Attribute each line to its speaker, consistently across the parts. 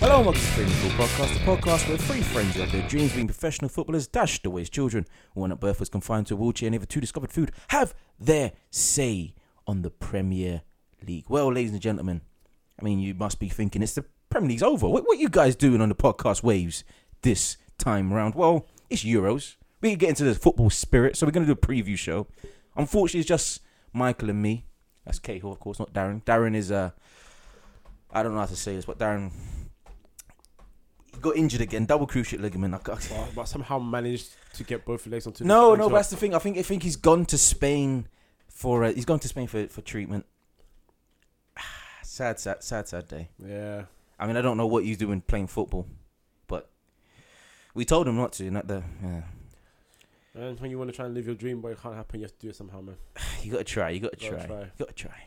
Speaker 1: Hello and welcome to Free Football Podcast, the podcast where three friends who have their dreams of being professional footballers dashed away as children. One at birth was confined to a wheelchair and the other two discovered food have their say on the Premier League. Well, ladies and gentlemen, I mean, you must be thinking it's the Premier League's over. What, what you guys doing on the podcast waves this time round? Well, it's Euros. We can get into the football spirit, so we're going to do a preview show. Unfortunately, it's just Michael and me. That's Cahill, of course, not Darren. Darren is, uh, I don't know how to say this, but Darren he got injured again, double cruciate ligament. I got-
Speaker 2: But, but somehow managed to get both legs onto. the
Speaker 1: no,
Speaker 2: fence.
Speaker 1: no, but that's the thing. I think I think he's gone to Spain for uh, he's gone to Spain for, for treatment. sad, sad, sad, sad day.
Speaker 2: yeah.
Speaker 1: I mean, I don't know what he's doing playing football, but we told him not to. Not the yeah.
Speaker 2: And when you want to try and live your dream, but it can't happen, you have to do it somehow, man.
Speaker 1: You gotta try. You gotta
Speaker 2: Gotta
Speaker 1: try.
Speaker 2: try.
Speaker 1: You gotta try.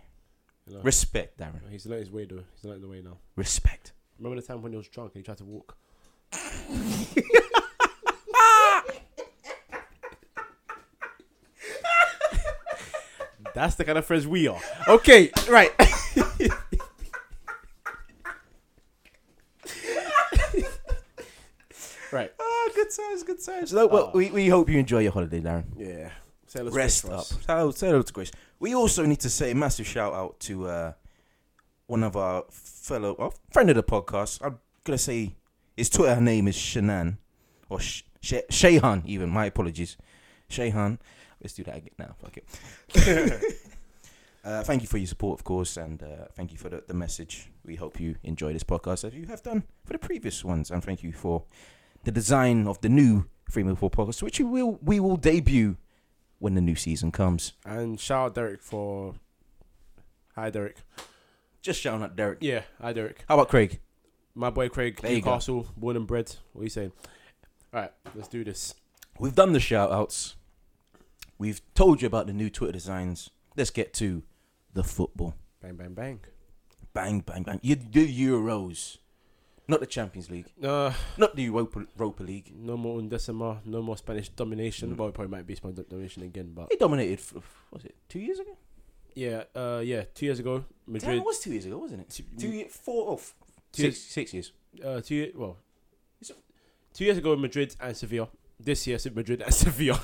Speaker 2: You know?
Speaker 1: Respect, Darren.
Speaker 2: He's learned his way though. He's learned the way now.
Speaker 1: Respect.
Speaker 2: Remember the time when he was drunk and he tried to walk? That's the kind of friends we are. Okay, right. right.
Speaker 1: Oh, good times, good times. Ah. No, well,
Speaker 2: Oh.
Speaker 1: we, we hope you enjoy your holiday, Darren.
Speaker 2: Yeah. Say hello to
Speaker 1: Rest
Speaker 2: Grace for
Speaker 1: up.
Speaker 2: us.
Speaker 1: Say hello, say hello to Grace. We also need to say a massive shout out to uh, one of our fellow well, friend of the podcast. I'm gonna say his Twitter name is Shanann or Sh- Sh- Shayhan. Even my apologies, Shayhan. Let's do that again now. Fuck it. Uh, thank you for your support, of course, and uh, thank you for the, the message. We hope you enjoy this podcast as you have done for the previous ones, and thank you for the design of the new Free Football podcast, which we will we will debut when the new season comes.
Speaker 2: And shout out Derek for. Hi, Derek.
Speaker 1: Just shouting out Derek.
Speaker 2: Yeah, hi, Derek.
Speaker 1: How about Craig?
Speaker 2: My boy Craig,
Speaker 1: There you go.
Speaker 2: Newcastle, born and bred. What are you saying? All right, let's do this.
Speaker 1: We've done the shout outs. We've told you about the new Twitter designs. Let's get to the football.
Speaker 2: Bang, bang, bang.
Speaker 1: Bang, bang, bang. You the Euros. Not the Champions League.
Speaker 2: Uh,
Speaker 1: Not the Europa, Europa League.
Speaker 2: no more undecima, no more Spanish domination.
Speaker 1: Mm.
Speaker 2: Well, it probably might be Spanish do- domination again, but
Speaker 1: They dominated, f- f- what was it, two years ago?
Speaker 2: yeah, uh, yeah. Two years ago,
Speaker 1: Damn,
Speaker 2: Madrid.
Speaker 1: it was two years ago, wasn't it?
Speaker 2: Two-
Speaker 1: Two, ye- four, oh, f-
Speaker 2: Two
Speaker 1: six, six years.
Speaker 2: Uh, two ye- well, two years ago, Madrid and Sevilla. This year, Sep- Madrid and Sevilla.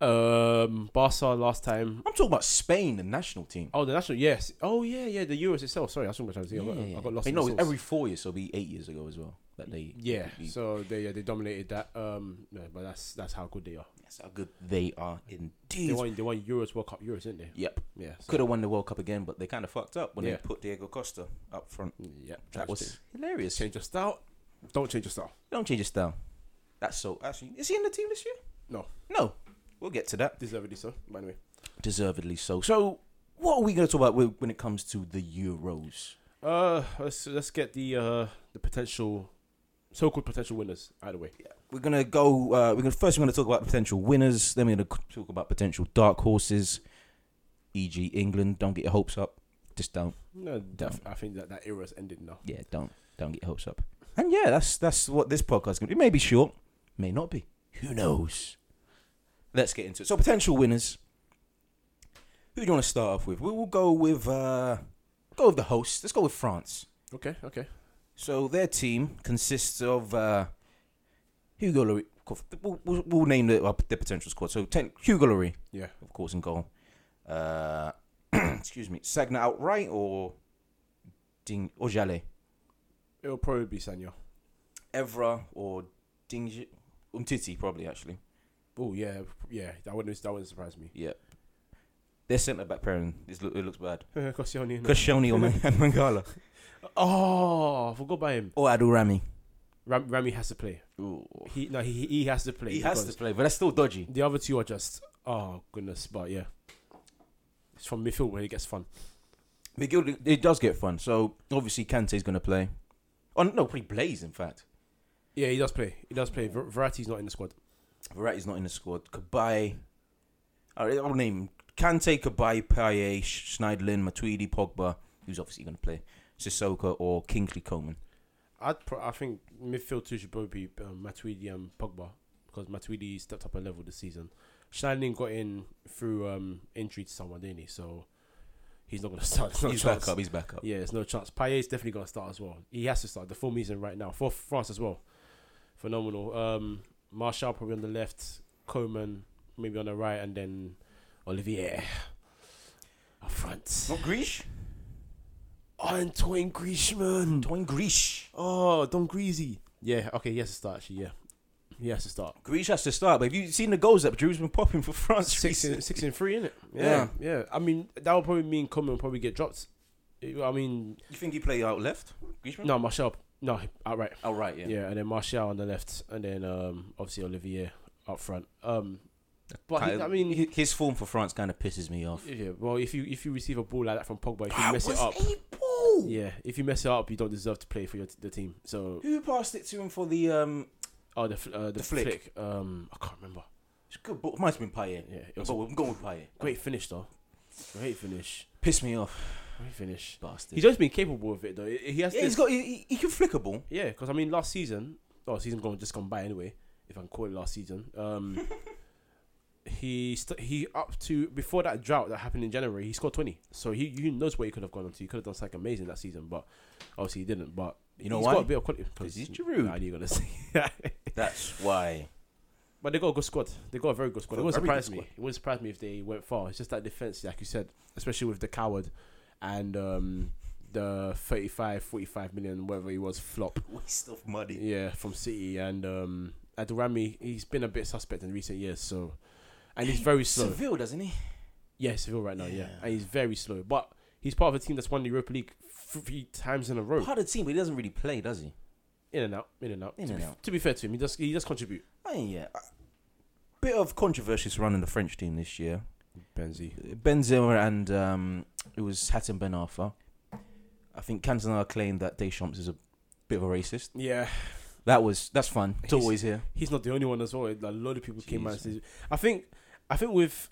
Speaker 2: um, Barca last time.
Speaker 1: I'm talking about Spain, the national team.
Speaker 2: Oh, the national. Yes. Oh, yeah, yeah. The Euros itself. Sorry, I was talking about Champions League. I got- I got lost.
Speaker 1: Hey,
Speaker 2: in
Speaker 1: no,
Speaker 2: the
Speaker 1: it's
Speaker 2: sauce.
Speaker 1: every four years, so it'll be eight years ago as well. That they
Speaker 2: Yeah,
Speaker 1: they-
Speaker 2: so they yeah, they dominated that. Um, no, but that's that's how good they are.
Speaker 1: That's how good they are
Speaker 2: They
Speaker 1: indeed.
Speaker 2: won they won Euros World Cup Euros, didn't they?
Speaker 1: Yep.
Speaker 2: Yeah, so-
Speaker 1: Could have won the World Cup again, but they kind of fucked up when they
Speaker 2: Yeah.
Speaker 1: put Diego Costa up front.
Speaker 2: yeah.
Speaker 1: That was hilarious.
Speaker 2: change your style. Don't change your style.
Speaker 1: Don't change your style. That's so. Actually, is he in the team this year?
Speaker 2: No.
Speaker 1: No. We'll get to that.
Speaker 2: Deservedly so. By the way,
Speaker 1: Deservedly so. So, what are we going to talk about with- when it comes to the Euros?
Speaker 2: uh, let's let's get the uh the potential, so-called potential winners out of the way.
Speaker 1: We're going to go. Uh, we're going to first. We're going to talk about potential winners. Then we're going to talk about potential dark horses, e.g., England. Don't get your hopes up. Just don't.
Speaker 2: No, def- I think that that era's ended now.
Speaker 1: Yeah, don't. Don't get your hopes up. And yeah, that's that's what this podcast is going to be. It may be short, may not be. Who knows? Let's get into it. So, potential winners. Who do you want to start off with? We will go with uh, go with the host. Let's go with France.
Speaker 2: Okay, okay.
Speaker 1: So their team consists of uh, Hugo Lloris. We'll, we'll, we'll name the, uh, their potential squad. So ten, Hugo Lloris,
Speaker 2: Yeah,
Speaker 1: of course, in goal. Uh, excuse me, Sagna outright or Ding or Jallet,
Speaker 2: it'll probably be Sanya.
Speaker 1: Evra or Ding Umtiti probably actually.
Speaker 2: Oh yeah, yeah. That wouldn't that wouldn't surprise me.
Speaker 1: Yeah, their centre back pairing is lo- it looks bad.
Speaker 2: Koscielny and-
Speaker 1: Koscielny or Man- Mm. Mangala
Speaker 2: oh, I forgot about him.
Speaker 1: or Adul Rami.
Speaker 2: Ram- Rami has to play. He no, he he has to play.
Speaker 1: He has
Speaker 2: because-
Speaker 1: to play, but that's still dodgy.
Speaker 2: The other two are just oh goodness, but yeah, it's from midfield where it gets fun.
Speaker 1: Miguel, it does get fun. So obviously Kante's going to play. Oh no, probably Blaze. In fact,
Speaker 2: Yeah, he does play. He does play. Ver- Verratti's not in the squad.
Speaker 1: Verratti's not in the squad. Kabay, All right, I'll name him. Kante, Kabay, Paye, Schneidlin, Matuidi, Pogba. Who's obviously going to play Sissoko or Kingsley Coman.
Speaker 2: I'd pro- I think midfield two should both be um, Matuidi and Pogba because Matuidi stepped up a level this season. Schneiderlin got in through um, injury to someone, didn't he? So he He's not going to start. There's no
Speaker 1: he's
Speaker 2: chance.
Speaker 1: back up. He's back up.
Speaker 2: Yeah, there's no chance. Payet's definitely going to start as well. He has to start. The form he's in right now for France as well, phenomenal. Um, Marshall probably on the left, Coleman maybe on the right, and then Olivier up front.
Speaker 1: Not Grish.
Speaker 2: Antoine Griezmann.
Speaker 1: Antoine Grish.
Speaker 2: Oh, Don Greasy. Yeah. Okay. He has to start. Actually. Yeah. He has to start.
Speaker 1: Grish has to start. But have you seen the goals that Drew's been popping for France?
Speaker 2: Six
Speaker 1: recently?
Speaker 2: and, six and three, innit? Yeah, yeah. Yeah. I mean, that would probably mean Coleman will probably get dropped. I mean,
Speaker 1: You think he play out left? Griezmann?
Speaker 2: no, Marshall. No, outright.
Speaker 1: Oh right, yeah.
Speaker 2: Yeah. and then Martial on the left, and then um, obviously Olivier up front. Um, but he-
Speaker 1: Kind
Speaker 2: I
Speaker 1: of-
Speaker 2: mean,
Speaker 1: hi- his form for France kind of pisses me off.
Speaker 2: yeah. Well, if you if you receive a ball like that from Pogba, if you
Speaker 1: That
Speaker 2: mess it
Speaker 1: was
Speaker 2: up,
Speaker 1: a ball.
Speaker 2: yeah, if you mess it up, you don't deserve to play for your t- the team. So,
Speaker 1: Who passed it to him for the um?
Speaker 2: oh, the fl- uh, the,
Speaker 1: The
Speaker 2: flick.
Speaker 1: flick.
Speaker 2: Um, I can't remember.
Speaker 1: It's good, but it might have been Payet.
Speaker 2: Yeah, it was
Speaker 1: But I'm going with Payet.
Speaker 2: a great finish though. Great finish.
Speaker 1: Piss me off,
Speaker 2: Great finish.
Speaker 1: bastard.
Speaker 2: He's always been capable of it though. He he has.
Speaker 1: yeah,
Speaker 2: this-
Speaker 1: he's got. He, he- he can flick a ball.
Speaker 2: Yeah, because I mean, last season, oh, season gone just gone by anyway. If I can call it last season, um, he st- he up to before that drought that happened in January, he scored twenty. So he you knows where he could have gone on to. He could have done something amazing that season, but obviously he didn't. But
Speaker 1: You know
Speaker 2: he's
Speaker 1: why?
Speaker 2: Got a bit of quality
Speaker 1: 'Cause he's Giroud.
Speaker 2: Nah, I knew you were gonna say.
Speaker 1: That's why.
Speaker 2: but they got a good squad. They got a very good squad.
Speaker 1: Got
Speaker 2: It
Speaker 1: a
Speaker 2: wouldn't
Speaker 1: very good
Speaker 2: surprise me. It wouldn't surprise me if they went far. It's just that defense, like you said, especially with the coward and um, the 35, 45 million, whatever he was, flop.
Speaker 1: Waste of money.
Speaker 2: Yeah, from City and um Adorami, he's been a bit suspect in recent years, so and he's very slow.
Speaker 1: Seville, doesn't he?
Speaker 2: Yeah, Seville right now, yeah.
Speaker 1: Yeah.
Speaker 2: And he's very slow. But he's part of a team that's won the Europa League three times in a row.
Speaker 1: Part of the team, but he doesn't really play, does he?
Speaker 2: In and out, in and out.
Speaker 1: In
Speaker 2: to,
Speaker 1: and
Speaker 2: be,
Speaker 1: out.
Speaker 2: to be fair to him, he does he does contribute.
Speaker 1: I mean, yeah. I- Bit of controversy surrounding the French team this year.
Speaker 2: Benzi.
Speaker 1: Benzema and um, it was Hatton Ben Arfa. I think Cantona claimed that Deschamps is a bit of a racist.
Speaker 2: Yeah.
Speaker 1: That was that's fun. It's
Speaker 2: He's-
Speaker 1: always here.
Speaker 2: He's not the only one as well. A lot of people came out and
Speaker 1: Jeez.
Speaker 2: said I think I think with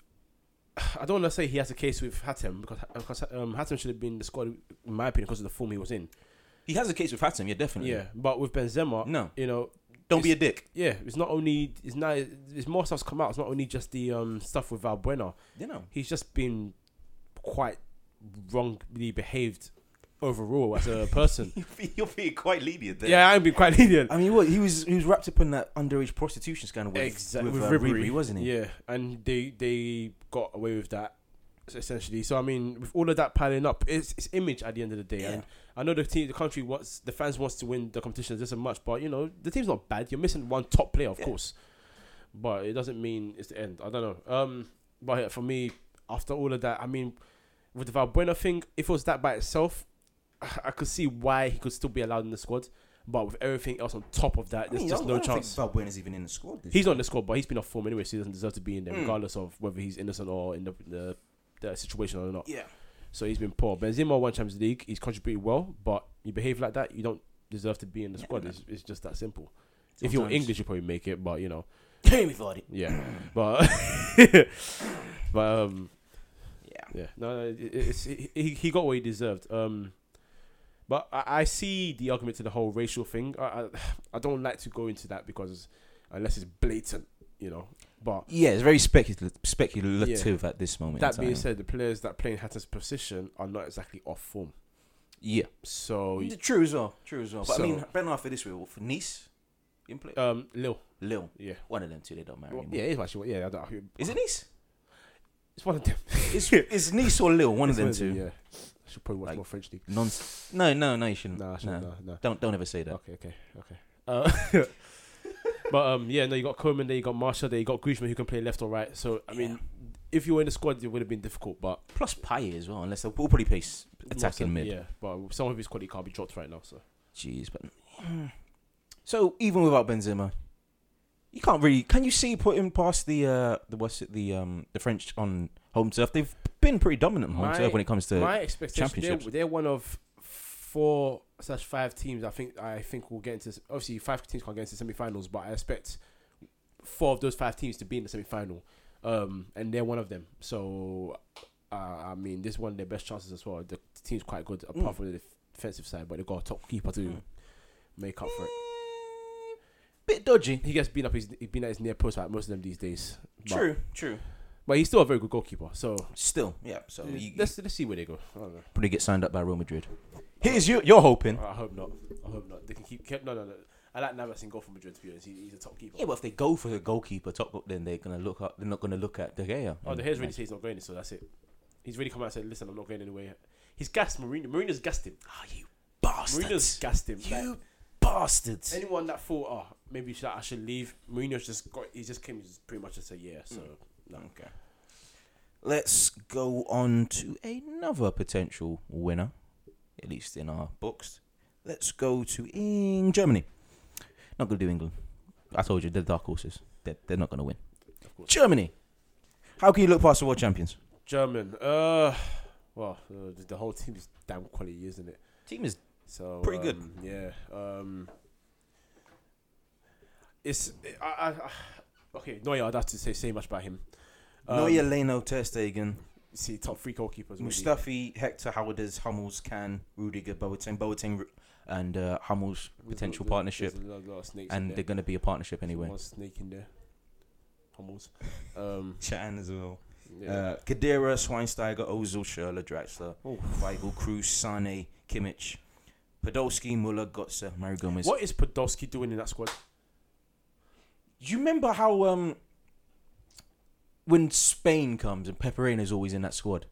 Speaker 2: I don't want to say he has a case with Hatem because because um, Hatem should have been in the squad in my opinion because of the form he was in.
Speaker 1: He has a case with Hatton, yeah, definitely. Mm.
Speaker 2: Yeah, but with Benzema,
Speaker 1: No,
Speaker 2: you know,
Speaker 1: don't be a dick.
Speaker 2: Yeah, it's not only it's now it's more stuff's come out. It's not only just the um stuff with Valbuena.
Speaker 1: You know.
Speaker 2: He's just been quite wrongly behaved overall as a person.
Speaker 1: You're being quite lenient
Speaker 2: yeah, I've been quite lenient.
Speaker 1: I mean, what he was he was wrapped up in that underage prostitution scandal with,
Speaker 2: Exact-
Speaker 1: with,
Speaker 2: with
Speaker 1: uh,
Speaker 2: Ribery.
Speaker 1: Ribery, wasn't he?
Speaker 2: Yeah, and they they got away with that essentially. So I mean, with all of that piling up, it's it's image at the end of the day.
Speaker 1: Yeah.
Speaker 2: And I know the team, the country wants the fans wants to win the competition just as much, but you know the team's not bad. You're missing one top player, of
Speaker 1: Yeah.
Speaker 2: course, but it doesn't mean it's the end. I don't know. Um, but yeah, for me, after all of that, I mean, with the Valbuena thing, if it was that by itself, I could see why he could still be allowed in the squad. But with everything else on top of that,
Speaker 1: I
Speaker 2: there's
Speaker 1: mean,
Speaker 2: just
Speaker 1: I
Speaker 2: no
Speaker 1: don't
Speaker 2: chance.
Speaker 1: Think Valbuena's even in the squad. this
Speaker 2: He's not in the squad, but he's been off form anyway, so he doesn't deserve to be in there,
Speaker 1: Mm.
Speaker 2: regardless of whether he's innocent or in the, the, the situation or not.
Speaker 1: year. yeah.
Speaker 2: So he's been poor. Benzema won Champions League. He's contributed well, but you behave like that, you don't deserve to be in the
Speaker 1: Yeah,
Speaker 2: squad.
Speaker 1: man.
Speaker 2: It's, it's just that simple. If you're
Speaker 1: Sometimes.
Speaker 2: English, you probably make it, but you know,
Speaker 1: Jamie Vardy.
Speaker 2: yeah. But but um,
Speaker 1: Yeah.
Speaker 2: yeah, no, no, it- it's, he he- he got what he deserved. Um, but I, I see the argument to the whole racial thing. I, I I don't like to go into that because unless it's blatant, you know. But
Speaker 1: Yeah, it's very speculative, speculative at this moment. in
Speaker 2: that being
Speaker 1: time.
Speaker 2: said, the players that play in Hatton's position are not exactly off form.
Speaker 1: yeah,
Speaker 2: So
Speaker 1: true as well, true as well. But
Speaker 2: So-
Speaker 1: I mean, Ben Arthur this week for Nice, in play
Speaker 2: um, Lil,
Speaker 1: Lille,
Speaker 2: yeah,
Speaker 1: one of them two. They don't marry
Speaker 2: Well,
Speaker 1: anymore.
Speaker 2: yeah, it's actually yeah. I don't,
Speaker 1: Is it Nice?
Speaker 2: It's one of them.
Speaker 1: It's, it's Nice or Lille, one of
Speaker 2: It's
Speaker 1: them two.
Speaker 2: Yeah, I should probably watch
Speaker 1: Like- mm,
Speaker 2: more French league.
Speaker 1: Non. No, no, no, you shouldn't.
Speaker 2: Nah, I should,
Speaker 1: no.
Speaker 2: no, no.
Speaker 1: Don't don't ever say that.
Speaker 2: Okay, okay, okay. Uh, but um, yeah, no, you got Coleman there, you got Marshall there, you got Griezmann who can play left or right. So I mean,
Speaker 1: Yeah.
Speaker 2: if you were in the squad, it would have been difficult. But
Speaker 1: Plus Payet as well, unless they'll we'll probably play s- attacking
Speaker 2: Wilson,
Speaker 1: mid.
Speaker 2: yeah. But some of his quality can't be dropped right now. So
Speaker 1: Jeez, but mm. so even without Benzema, you can't really. Can you see putting past the uh the what's it the um the French on home turf? They've been pretty dominant on home
Speaker 2: My-
Speaker 1: turf when it comes to.
Speaker 2: my expectation, they're,
Speaker 1: championships.
Speaker 2: they're one of four slash five teams. I think I think will get into obviously five teams can't get into semi-finals, but I expect four of those five teams to be in the semi-final, um, and they're one of them. So uh, I mean, this is one of their best chances as well. The team's quite good apart
Speaker 1: Mm.
Speaker 2: from the defensive side, but they got a top keeper to
Speaker 1: Mm.
Speaker 2: make up for it.
Speaker 1: Bit dodgy.
Speaker 2: He gets beat up. He's beat at his near post like most of them these days. but-
Speaker 1: True, true.
Speaker 2: But he's still a very good goalkeeper. So
Speaker 1: Still, yeah. So you, you
Speaker 2: let's let's see where they go. I don't know.
Speaker 1: probably get signed up by Real Madrid. Here's you. You're hoping.
Speaker 2: I hope not. I hope not. They can keep. keep no, no, no. I like Navas in goal for Madrid. To be honest, he, he's a top keeper.
Speaker 1: Yeah, but if they go for the goalkeeper top up, then they're gonna look up. They're not gonna look at De Gea.
Speaker 2: Oh, the hair's really said he's not going, so that's it. He's really come out and said, "Listen, I'm not going anywhere." He's gassed Mourinho. Mourinho's gassed him.
Speaker 1: Oh, you
Speaker 2: Mourinho's
Speaker 1: bastards!
Speaker 2: gassed him. Like,
Speaker 1: You bastards!
Speaker 2: anyone that thought, "Oh, maybe should, I should leave," Mourinho's just got. He just came just pretty much to say, "Yeah." So no.
Speaker 1: Okay. Let's go on to another potential winner, at least in our books. Let's go to in Germany. Not gonna do England. I told you they're dark horses. They're, they're not gonna win.
Speaker 2: Of course.
Speaker 1: Germany. How can you look past the world champions?
Speaker 2: German. Uh, well, uh, the, the whole team is damn quality, isn't it?
Speaker 1: Team is
Speaker 2: So
Speaker 1: Pretty good.
Speaker 2: um, Yeah. Um, it's I, I, I- okay. Neuer. I'd have to say say much about him. Um,
Speaker 1: Neuer, Leno, Ter Stegen,
Speaker 2: See top three goalkeepers. really.
Speaker 1: Mustafi, Hector, Howarders, Hummels, Can, Rudiger, Boateng, Boateng, Ru- and uh, Hummels
Speaker 2: There's a-
Speaker 1: potential
Speaker 2: there's-
Speaker 1: partnership,
Speaker 2: there's a lot- lot of snakes in
Speaker 1: and
Speaker 2: there.
Speaker 1: they're gonna be a partnership
Speaker 2: There's
Speaker 1: anyway.
Speaker 2: one snake in there. Hummels. Um,
Speaker 1: Chan as well.
Speaker 2: yeah.
Speaker 1: Uh, Kadira, Schweinsteiger, Ozil, Schürrle, Draxler,
Speaker 2: Oh.
Speaker 1: Weigl, Cruz, Sane, Kimmich, Podolski, Muller, Götze, Mario Gomez.
Speaker 2: what is Podolski doing in that squad?
Speaker 1: Do you remember how um when Spain comes and Peperina is always in that squad?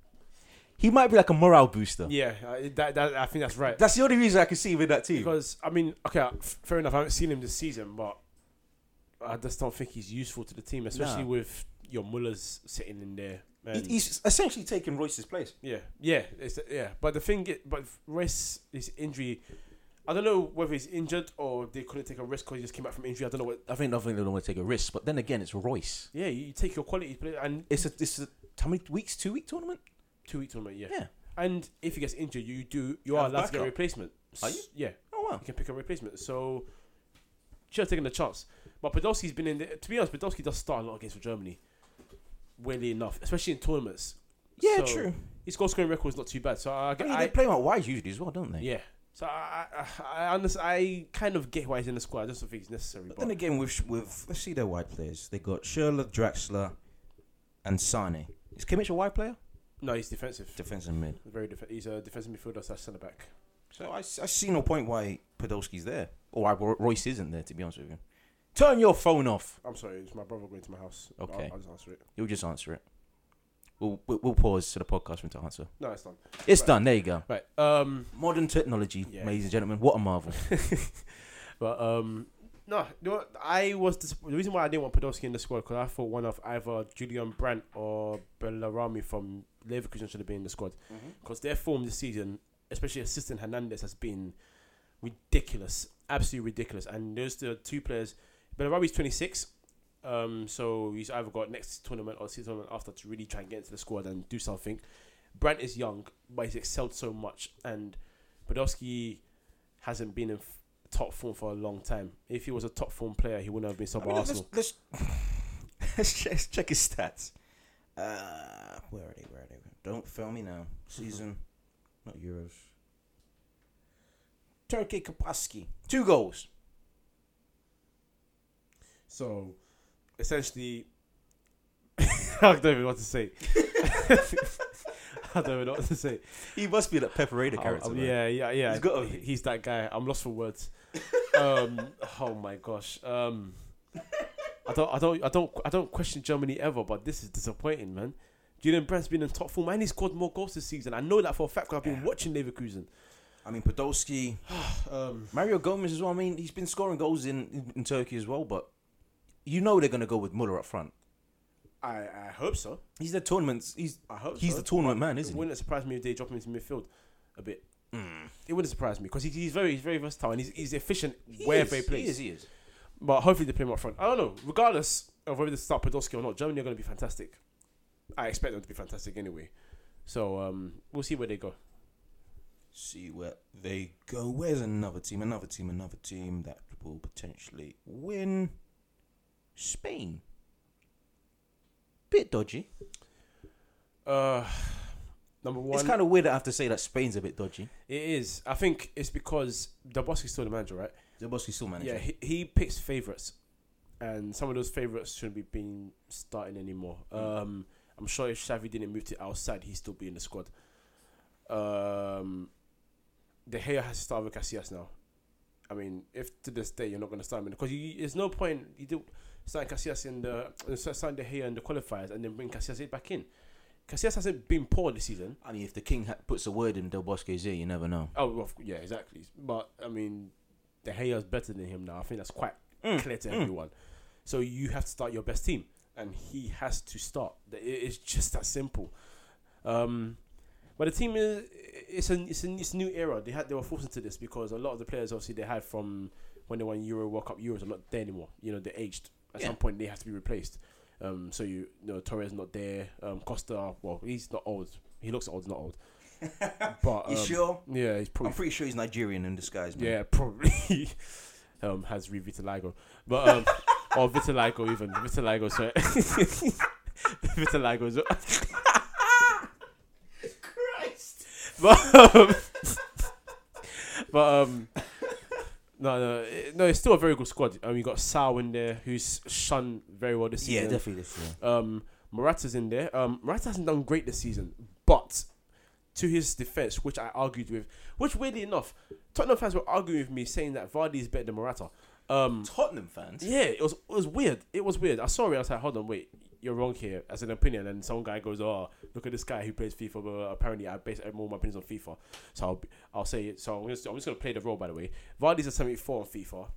Speaker 1: He might be like a morale booster.
Speaker 2: Yeah, I, that, that I think that's right.
Speaker 1: That's the only reason I can see him in that team.
Speaker 2: Because I mean, okay, uh, f- fair enough. I haven't seen him this season, but I just don't think he's useful to the team, especially
Speaker 1: Nah.
Speaker 2: with your Mullers sitting in there.
Speaker 1: He-
Speaker 2: and-
Speaker 1: he's essentially taking Royce's place.
Speaker 2: Yeah, yeah, it's, yeah. But the thing, i- but Rice, his injury, I don't know whether he's injured or they couldn't take a risk because he just came back from injury. I don't know what.
Speaker 1: I think I think they don't want to take a risk, but then again, it's Royce.
Speaker 2: Yeah, you take your quality player and
Speaker 1: It's a it's a how many weeks? Two week tournament?
Speaker 2: two week tournament. Yeah.
Speaker 1: Yeah.
Speaker 2: And if he gets injured, you do you
Speaker 1: Have
Speaker 2: are allowed to get a
Speaker 1: backup.
Speaker 2: replacement.
Speaker 1: Are you?
Speaker 2: Yeah,
Speaker 1: Oh wow.
Speaker 2: you can pick a replacement. So should have taken the chance. But Podolski's been in. The, to be honest, Podolski does start a lot against for Germany. Weirdly enough, especially in tournaments.
Speaker 1: Yeah,
Speaker 2: So,
Speaker 1: true.
Speaker 2: His goal scoring record is not too bad. So I,
Speaker 1: I mean,
Speaker 2: I-
Speaker 1: they play him out wide usually as well, don't they?
Speaker 2: Yeah. So I I, I, I, understand, I kind of get why he's in the squad. I just don't think it's necessary.
Speaker 1: But
Speaker 2: But
Speaker 1: then again, with with let's see their wide players. They got Schürrle, Draxler, and Sane. Is Kimmich a wide player?
Speaker 2: no, he's defensive.
Speaker 1: Defensive mid.
Speaker 2: Very def- He's a defensive midfielder slash centre back.
Speaker 1: So I, s- I see no point why Podolski's there or why Ro- Royce isn't there. To be honest with you, turn your phone off.
Speaker 2: I'm sorry, it's my brother going to my house.
Speaker 1: Okay.
Speaker 2: I'll, I'll just answer it.
Speaker 1: You'll just answer it. We'll we'll, we'll pause to the podcast for him to answer.
Speaker 2: No, it's done.
Speaker 1: It's
Speaker 2: Right.
Speaker 1: done. There you go.
Speaker 2: Right. Um.
Speaker 1: Modern technology,
Speaker 2: Yeah.
Speaker 1: ladies and gentlemen. What a marvel.
Speaker 2: But um. No, you know what? I was dis- the reason why I didn't want Podolski in the squad because I thought one of either Julian Brandt or Bellarami from Leverkusen should have been in the squad because their form this season, especially assistant Hernandez, has been ridiculous, absolutely ridiculous. And those the two players. Bellarami's 26, um, so he's either got next tournament or season tournament after to really try and get into the squad and do something. Brandt is young, but he's excelled so much, and Podolski hasn't been in f- top form for a long time. If he was a top form player, he wouldn't have been sub
Speaker 1: I mean, let's,
Speaker 2: Arsenal.
Speaker 1: let's, let's check, let's check his stats. Uh, where are they? Where are they? Don't fail me now. Season, not Euros. Turkey Kapaski. Two goals.
Speaker 2: So, essentially, I don't even know what to say. I don't even know what to say.
Speaker 1: He must be that Pepperada
Speaker 2: Oh, oh, yeah, yeah, yeah.
Speaker 1: He's gotta
Speaker 2: He-
Speaker 1: be.
Speaker 2: he's that guy. I'm lost for words. um, oh my gosh. Um, I don't, I don't, I don't, I don't question Germany ever, but this is disappointing, man. Julian Brandt's been in top form and he scored more goals this season. I know that for a fact 'cause I've been
Speaker 1: Yeah.
Speaker 2: watching Leverkusen.
Speaker 1: I mean, Podolski.
Speaker 2: Um,
Speaker 1: Mario Gomez as well. I mean, he's been scoring goals in, in, in Turkey as well, but you know they're going to go with Muller up front.
Speaker 2: I, I hope so.
Speaker 1: He's the tournament's. He's
Speaker 2: I hope
Speaker 1: he's
Speaker 2: so.
Speaker 1: the tournament man,
Speaker 2: It
Speaker 1: isn't he?
Speaker 2: wouldn't surprise me if they drop him into midfield a bit.
Speaker 1: Mm.
Speaker 2: It wouldn't surprise me because he, he's very, he's very versatile and he's, he's efficient wherever he plays.
Speaker 1: He is. He is.
Speaker 2: But hopefully they play him up front. I don't know. Regardless of whether they start Podolski or not, Germany are going to be fantastic. I expect them to be fantastic anyway. So um, we'll see where they go.
Speaker 1: see where they go. Where's another team? Another team, another team that will potentially win. Spain. Bit dodgy.
Speaker 2: Uh, number one,
Speaker 1: It's kind of weird that I have to say that Spain's a bit dodgy.
Speaker 2: it is. I think it's because Daboski's still the manager, right?
Speaker 1: Zaboski still manager.
Speaker 2: Yeah, he, he picks favorites, and some of those favorites shouldn't be being starting anymore. Um, I'm sure if Xavi didn't move to outside, he'd still be in the squad. Um, De Gea has to start with Casillas now. I mean, if to this day you're not going to start him because there's no point you do starting Casillas in the uh, starting De Gea in the qualifiers and then bring Casillas back in. Casillas hasn't been poor this season.
Speaker 1: I mean, if the king ha- puts a word in Del Bosque's ear, you never know.
Speaker 2: Oh, well, of- yeah, exactly. But I mean, De Gea's better than him now. I think that's quite clear to everyone. So you have to start your best team, and he has to start. Th- it- It's just that simple. Um, but the team is it's a it's a it's a new era. They had they were forced into this because a lot of the players obviously they had from when they won Euro World Cup Euros are not there anymore. You know they're aged. At
Speaker 1: Yeah.
Speaker 2: some point they have to be replaced. Um, so you, you know Torres not there. Um, Costa well he's not old. He looks old, he's not old. But um,
Speaker 1: sure?
Speaker 2: yeah, he's probably
Speaker 1: I'm pretty sure he's Nigerian in disguise, man.
Speaker 2: yeah, probably um, has revitiligo, but um, or vitiligo even vitiligo. So vitiligo. Is,
Speaker 1: Christ!
Speaker 2: but um, but um, no, no, it- no. It's still a very good squad. Um, you got Sal in there, who's shone very well this
Speaker 1: Yeah,
Speaker 2: season.
Speaker 1: definitely. This, yeah.
Speaker 2: Um, Morata's in there. Um, Morata hasn't done great this season, but to his defense, which I argued with, which weirdly enough, Tottenham fans were arguing with me saying that Vardy is better than Morata. Um,
Speaker 1: Tottenham fans.
Speaker 2: yeah, it was it was weird. It was weird. I saw it. I was like, hold on, wait, you're wrong here as an opinion. And some guy goes, oh, look at this guy who plays FIFA. But apparently, I base all my opinions on FIFA. So I'll, I'll say it. So I'm just, I'm just gonna play the role. By the way, Vardy's a 74 on FIFA,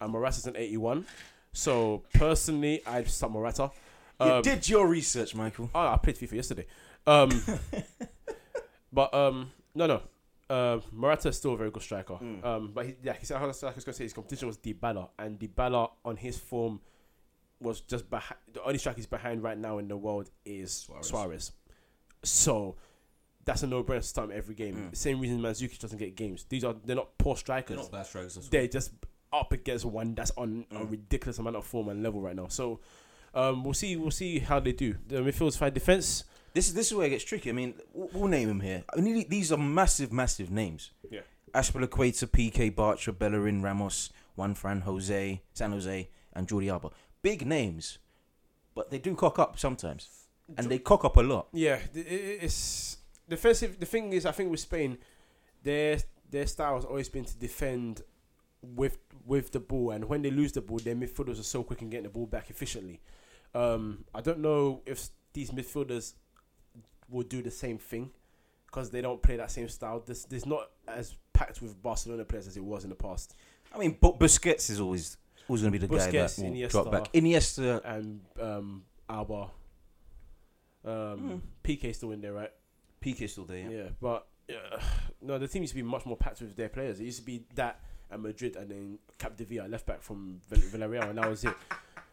Speaker 2: and Morata's an 81. So personally, I'd start Morata.
Speaker 1: You
Speaker 2: Um,
Speaker 1: did your research, Michael.
Speaker 2: Oh, I played FIFA yesterday. Um, but um, no, no. Uh, Morata is still a very good striker. Um, but he, yeah, he said, I was, I was going to say his competition was Dybala, and Dybala on his form was just behind. The only striker he's behind right now in the world is Suarez.
Speaker 1: Suarez.
Speaker 2: So that's a no-brainer to start him every game. Same reason Mandzukic doesn't get games. These are they're not poor strikers
Speaker 1: bad strikers. that's
Speaker 2: they're just up against one that's on a
Speaker 1: Mm.
Speaker 2: ridiculous amount of form and level right now. So um, we'll see. We'll see how they do. The midfield's fine. Defense.
Speaker 1: This is this is where it gets tricky. I mean, we'll, we'll name him here. I mean, these are massive, massive names.
Speaker 2: Yeah.
Speaker 1: Aspilicueta, PK, Bartra, Bellerin, Ramos, Juan Fran, Jose, San Jose, and Jordi Alba. Big names, but they do cock up sometimes, and they cock up a lot.
Speaker 2: Yeah, th- i- i- it's defensive. The thing is, I think with Spain, their their style has always been to defend with with the ball, and when they lose the ball, their midfielders are so quick in getting the ball back efficiently. Um, I don't know if s- these midfielders will do the same thing because they don't play that same style. This there's not as packed with Barcelona players as it was in the past.
Speaker 1: I mean, Bu- Busquets is always always going to be the guy that
Speaker 2: Busquets,
Speaker 1: will
Speaker 2: Iniesta.
Speaker 1: drop back. Iniesta,
Speaker 2: and um, Alba. Um, PK still in there, right?
Speaker 1: PK still there.
Speaker 2: Yeah, but yeah, no, the team used to be much more packed with their players. It used to be that and Madrid, and then Capdevila left back from Vill- Villarreal, and that was it.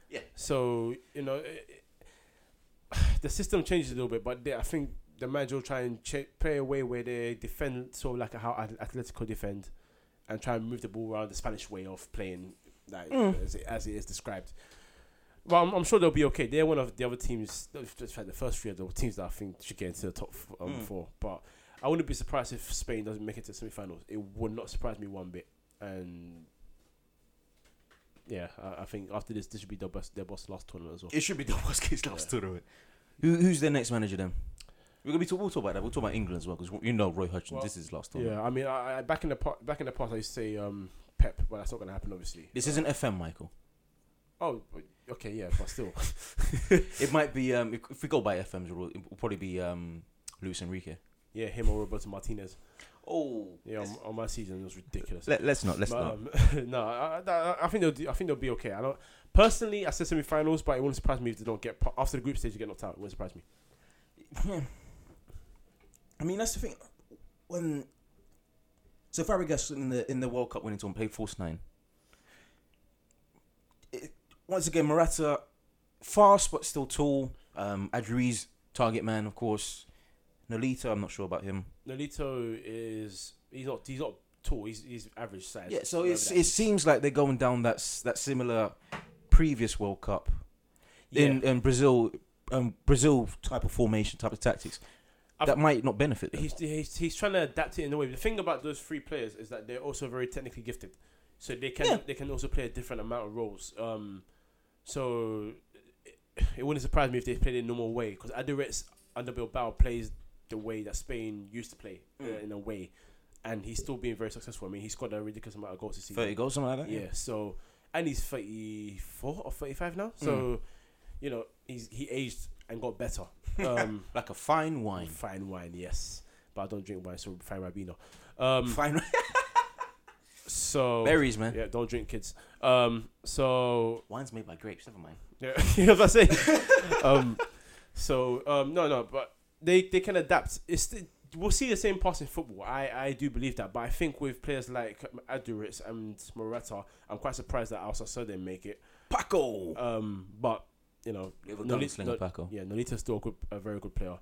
Speaker 1: Yeah.
Speaker 2: So you know, it, it- the system changes a little bit, but they, I think the manager will try and cha- play a way where they defend sort of like how At- Atletico defend, and try and move the ball around the Spanish way of playing, like
Speaker 1: Mm.
Speaker 2: as, it, as it is described. Well, I'm, I'm sure they'll be okay. They're one of the other teams. Just like the first three of the teams that I think should get into the top f-
Speaker 1: Mm.
Speaker 2: um, four. But I wouldn't be surprised if Spain doesn't make it to the semi-finals. It would not surprise me one bit. And yeah, I, I think after this, this should be their best, their boss last tournament as well.
Speaker 1: It should be Del Bosquets last tournament. Who, who's their next manager then? We're gonna be talk, we'll talk about that. We'll talk about England as well because you know Roy Hodgson.
Speaker 2: Well,
Speaker 1: this is his last tournament.
Speaker 2: Yeah, I mean, I, I, back in the pa- back in the past, I used to say um, Pep, but that's not going to happen, obviously.
Speaker 1: This isn't FM, Michael.
Speaker 2: Oh, but- okay, yeah, but still,
Speaker 1: It might be um, if, if we go by FM's rule, it will probably be um, Luis Enrique.
Speaker 2: yeah, him or Roberto Martinez.
Speaker 1: Oh,
Speaker 2: Yeah, on, on my season, it was ridiculous.
Speaker 1: Let, us not. Let's
Speaker 2: But,
Speaker 1: not.
Speaker 2: Um, no, I, I, I think they'll. Do, I think they'll be okay. I don't personally. I said semi-finals, but it won't surprise me if they don't get pa- after the group stage. They get knocked out. It won't surprise me.
Speaker 1: I mean, that's the thing. When so Fabregas in the in the World Cup winning tournament played force nine. It, once again, Morata, fast but still tall. Um, Adri's target man, of course. Nolita, I'm not sure about him.
Speaker 2: Nolito is he's not he's not tall. He's he's average size.
Speaker 1: Yeah, so
Speaker 2: whatever
Speaker 1: it's
Speaker 2: that
Speaker 1: it
Speaker 2: is.
Speaker 1: seems like they're going down that s- that similar previous World Cup in, in Brazil um, Brazil type of formation type of tactics
Speaker 2: I've-
Speaker 1: that might not benefit them.
Speaker 2: he's, he's he's trying to adapt it in a way. The thing about those three players is that they're also very technically gifted, so they can
Speaker 1: Yeah.
Speaker 2: they can also play a different amount of roles. Um, so it wouldn't surprise me if they played in a normal way because Adiretz under Bilbao plays the way that Spain used to play
Speaker 1: Mm.
Speaker 2: uh, in a way, and he's still being very successful. I mean, he scored a ridiculous amount of goals this season.
Speaker 1: Thirty goals, something like that.
Speaker 2: Yeah. So and he's thirty four or thirty five now.
Speaker 1: Mm.
Speaker 2: So you know he's he aged and got better. Um,
Speaker 1: like a fine wine.
Speaker 2: fine wine, yes, but I don't drink wine, so fine Rabino. Um,
Speaker 1: Fine
Speaker 2: so
Speaker 1: berries, man.
Speaker 2: yeah, don't drink, kids. Um, so
Speaker 1: Wine's made by grapes. Never mind.
Speaker 2: yeah, you know what I'm saying. um, so um, no, no, but they they can adapt. It's the, we'll see the same pass in football. I I do believe that, but I think with players like Aduric and Morata, I'm quite surprised that Al Sasso didn't make it.
Speaker 1: Paco.
Speaker 2: Um, but you know,
Speaker 1: They have a
Speaker 2: Noli-
Speaker 1: gunslinger,
Speaker 2: no-
Speaker 1: Paco.
Speaker 2: yeah, Nolita's still a, good, a very good player.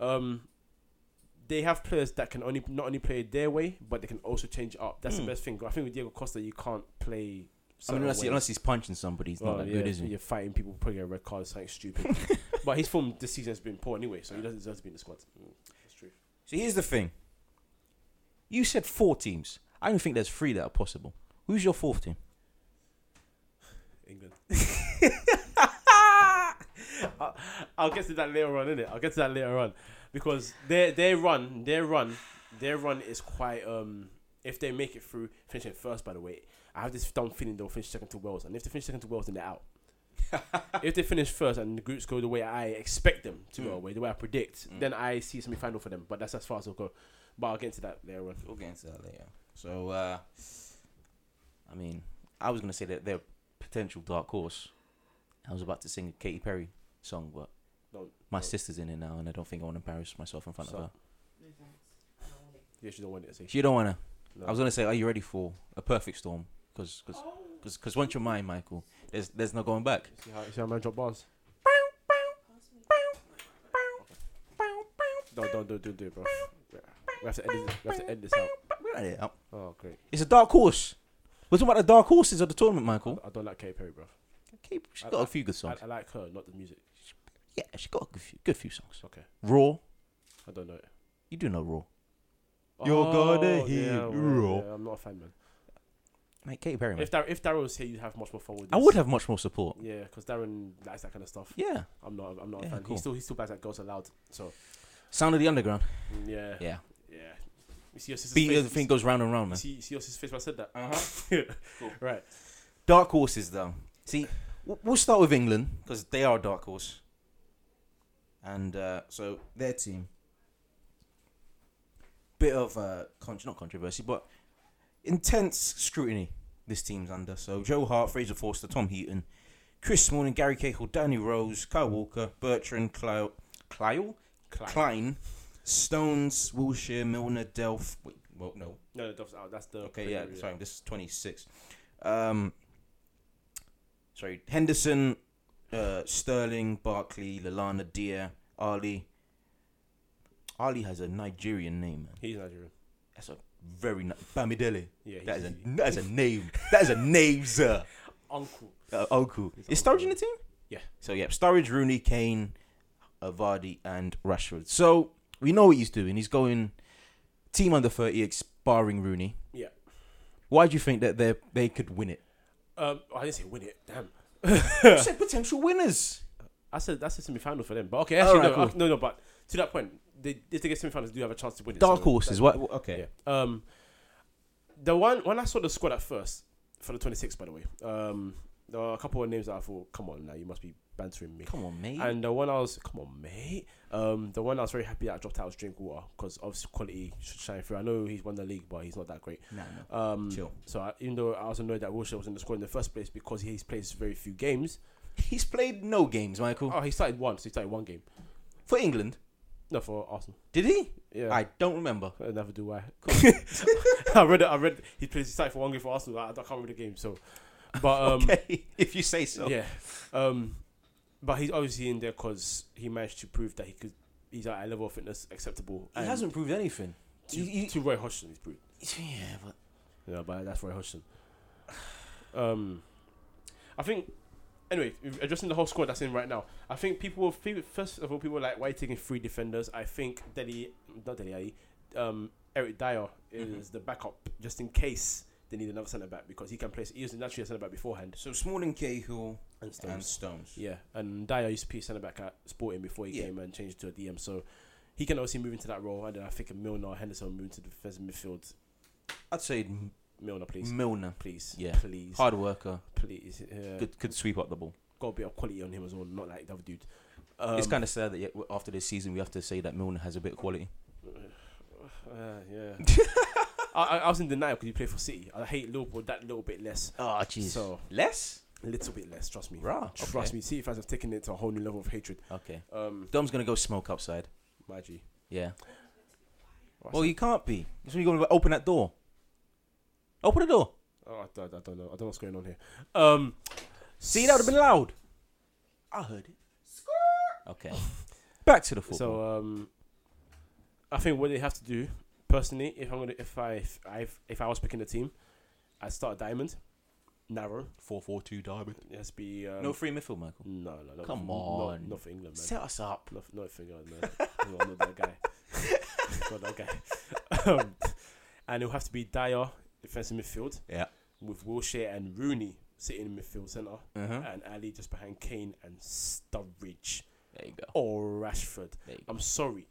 Speaker 1: Mm.
Speaker 2: Um, they have players that can only not only play their way, but they can also change up. That's
Speaker 1: Mm.
Speaker 2: the best thing. I think with Diego Costa, you can't play.
Speaker 1: I mean,
Speaker 2: certain
Speaker 1: unless, he,
Speaker 2: ways.
Speaker 1: unless he's punching somebody, he's
Speaker 2: Well,
Speaker 1: not that
Speaker 2: Oh, yeah,
Speaker 1: good, is he?
Speaker 2: You're fighting people, probably get a red card, something stupid. but his form this season has been poor anyway, so he doesn't deserve to be in the squad. That's true.
Speaker 1: So here's the thing. You said four teams. I don't think there's three that are possible. Who's your fourth team?
Speaker 2: England. I'll, I'll get to that later on, innit? I'll get to that later on because their their run, their run, their run is quite. um If they make it through, finishing first, by the way, I have this dumb feeling they'll finish second to Wales, and if they finish second to Wales, then they're out. if they finish first and the groups go the way I expect them to go away, the way I predict, then I see semi final for them. But that's as far as it'll go. But I'll get into that later on.
Speaker 1: We'll get into that later. So, uh, I mean, I was going to say that they're potential dark horse. I was about to sing a Katy Perry song, but
Speaker 2: Don't-
Speaker 1: my
Speaker 2: don't.
Speaker 1: sister's in it now, and I don't think I want to embarrass myself in front
Speaker 2: So-
Speaker 1: of her.
Speaker 2: Yeah, she don't want it. See.
Speaker 1: She don't want to.
Speaker 2: No.
Speaker 1: I was going to say, are you ready for a perfect storm? Because
Speaker 2: Oh.
Speaker 1: because once you're mine, Michael, there's there's no going back.
Speaker 2: see how, see how man drop bars. No, don't, don't, don't do it, bro. We have to edit this, we have to edit this out. Oh, great.
Speaker 1: Um, It's a dark horse. We're talking about the dark horses of the tournament, Michael.
Speaker 2: I don't like Katy Perry, bro.
Speaker 1: Keep, she's
Speaker 2: I-
Speaker 1: got a few good songs.
Speaker 2: I, I like her, not the music.
Speaker 1: yeah, she's got a good few, good few songs.
Speaker 2: Okay.
Speaker 1: Raw.
Speaker 2: I don't know it.
Speaker 1: You do know Raw.
Speaker 2: You're
Speaker 1: gonna
Speaker 2: yeah,
Speaker 1: hear
Speaker 2: well, yeah, I'm not a fan, man.
Speaker 1: Mate, Katy Perry, man.
Speaker 2: If, Dar- if Darren was here, you'd have much more fun with
Speaker 1: I
Speaker 2: this.
Speaker 1: would have much more support.
Speaker 2: Yeah, because Darren likes that kind of stuff.
Speaker 1: Yeah.
Speaker 2: I'm not. I'm not
Speaker 1: Yeah,
Speaker 2: a fan.
Speaker 1: cool.
Speaker 2: He still he still plays that girls aloud. So
Speaker 1: Sound of the Underground.
Speaker 2: mm, yeah, yeah.
Speaker 1: Yeah.
Speaker 2: You see your sister's
Speaker 1: Beat the
Speaker 2: face.
Speaker 1: thing goes round and round,
Speaker 2: you
Speaker 1: man.
Speaker 2: see, you see your sister's face when I said that.
Speaker 1: Uh-huh. Cool.
Speaker 2: Right.
Speaker 1: Dark horses, though. See, w- we'll start with England because they are a dark horse. And uh, so their team, bit of uh, con- not controversy, but intense scrutiny this team's under. So Joe Hart, Fraser Forster, Tom Heaton, Chris Smalling, Gary Cahill, Danny Rose, Kyle Walker, Bertrand, Clyle, Clyle,
Speaker 2: Klein.
Speaker 1: Klein, Stones, Wilshire, Milner, Delph. Wait, well, no,
Speaker 2: No, no, that's out. That's the.
Speaker 1: Okay, yeah, sorry, this is 26. Um, sorry, Henderson, uh, Sterling, Barkley, Lalana, Dia, Ali. Ali has a Nigerian name, man.
Speaker 2: He's Nigerian.
Speaker 1: That's a very ni- Bamidele.
Speaker 2: Yeah, he's
Speaker 1: That is a
Speaker 2: he's-
Speaker 1: that is a name. that is a name, sir.
Speaker 2: uncle.
Speaker 1: Uh, Oku.
Speaker 2: He's
Speaker 1: Is
Speaker 2: Uncle.
Speaker 1: Sturridge in the team?
Speaker 2: Yeah.
Speaker 1: So yeah, Sturridge, Rooney, Kane, Avadi, and Rashford. So we know what he's doing. He's going team under thirty, ex- barring Rooney.
Speaker 2: Yeah.
Speaker 1: Why do you think that they they could win it?
Speaker 2: Um, oh, I didn't say win it. Damn.
Speaker 1: You said potential winners.
Speaker 2: I said that's the semi-final for them. But okay, actually,
Speaker 1: Alright,
Speaker 2: no,
Speaker 1: cool.
Speaker 2: uh, no, no. But to that point, they, if they get semi-finals, they do have a chance to win it.
Speaker 1: Dark
Speaker 2: so
Speaker 1: horses.
Speaker 2: that-
Speaker 1: What? Okay.
Speaker 2: Yeah. Um, the one when I saw the squad at first for the 26, by the way, um, there were a couple of names that I thought, come on, now you must be bantering me.
Speaker 1: Come on, mate.
Speaker 2: And the one I was, come on, mate. Um, the one I was very happy that I dropped out was Drinkwater because obviously quality should shine through. I know he's won the league, but he's not that great.
Speaker 1: nah, no.
Speaker 2: Um,
Speaker 1: Chill.
Speaker 2: So I, even though I was annoyed that Wilshere was in the squad in the first place because he's played very few games.
Speaker 1: He's played no games, Michael,
Speaker 2: Oh, he started one, so he started one game.
Speaker 1: for England.
Speaker 2: No, for Arsenal.
Speaker 1: Did he?
Speaker 2: Yeah,
Speaker 1: I don't remember.
Speaker 2: I never do. Why? I read. it. I read. He plays. He started for one game for Arsenal. I, I can't remember the game. So, but um,
Speaker 1: okay, if you say so.
Speaker 2: yeah, um, but he's obviously in there because he managed to prove that he could. He's at a level of fitness acceptable.
Speaker 1: He
Speaker 2: and
Speaker 1: hasn't proved anything.
Speaker 2: to,
Speaker 1: he- he-
Speaker 2: to Roy Hodgson. He's proved.
Speaker 1: Yeah, but
Speaker 2: Yeah, but that's Roy Hodgson. Um, I think. Anyway, addressing the whole squad that's in right now, I think people will feel first of all people were like why are you taking three defenders. I think Deli, not Deli Ali, um, Eric Dyer is the backup just in case they need another centre back because he can play. He was naturally a centre back beforehand.
Speaker 1: So Smalling, Cahill,
Speaker 2: And Stones.
Speaker 1: and Stones.
Speaker 2: Yeah, and Dyer used to be a centre back at Sporting before he
Speaker 1: Yeah.
Speaker 2: came and changed to a DM. So he can obviously move into that role. And then I think Milner, Henderson move into the defensive midfield.
Speaker 1: I'd say
Speaker 2: Milner, please,
Speaker 1: Milner,
Speaker 2: please,
Speaker 1: Yeah.
Speaker 2: please,
Speaker 1: hard worker,
Speaker 2: please. Yeah.
Speaker 1: could could sweep up the ball.
Speaker 2: uh, Got a bit of quality on him as well, not like the other dude. Um,
Speaker 1: it's kind of sad that yeah, after this season we have to say that Milner has a bit of quality.
Speaker 2: Uh, yeah. I, I, I was in denial because you play for City. I hate Liverpool that little bit less.
Speaker 1: Oh
Speaker 2: So
Speaker 1: less.
Speaker 2: a little bit less, trust me.
Speaker 1: Rah,
Speaker 2: Trust
Speaker 1: okay.
Speaker 2: me. City fans have taken it to a whole new level of hatred.
Speaker 1: Okay,
Speaker 2: Um,
Speaker 1: Dom's gonna go smoke outside.
Speaker 2: my G.
Speaker 1: Yeah.
Speaker 2: What's
Speaker 1: Well, you can't be. So you're gonna open that door. Open the door.
Speaker 2: Oh, I don't, I don't know. I don't know what's going on here. Um,
Speaker 1: See, that would have been loud. I heard it. Okay. Back to the football.
Speaker 2: So um, I think what they have to do personally, if I'm gonna, if I, if I, if I was picking a team, I'd start a diamond, narrow.
Speaker 1: four four two diamond.
Speaker 2: It has to be um,
Speaker 1: No free midfield, Michael.
Speaker 2: no, no, no.
Speaker 1: Come
Speaker 2: not-
Speaker 1: on.
Speaker 2: not for England, man.
Speaker 1: Set us up.
Speaker 2: No, no finger, no. no I'm not that guy. not that guy. um, and it'll have to be Dyer, defensive midfield.
Speaker 1: Yeah.
Speaker 2: With Wilshere and Rooney sitting in midfield centre.
Speaker 1: Uh-huh.
Speaker 2: And Ali just behind Kane and Sturridge
Speaker 1: There you go.
Speaker 2: or Oh, Rashford.
Speaker 1: There you go.
Speaker 2: I'm sorry.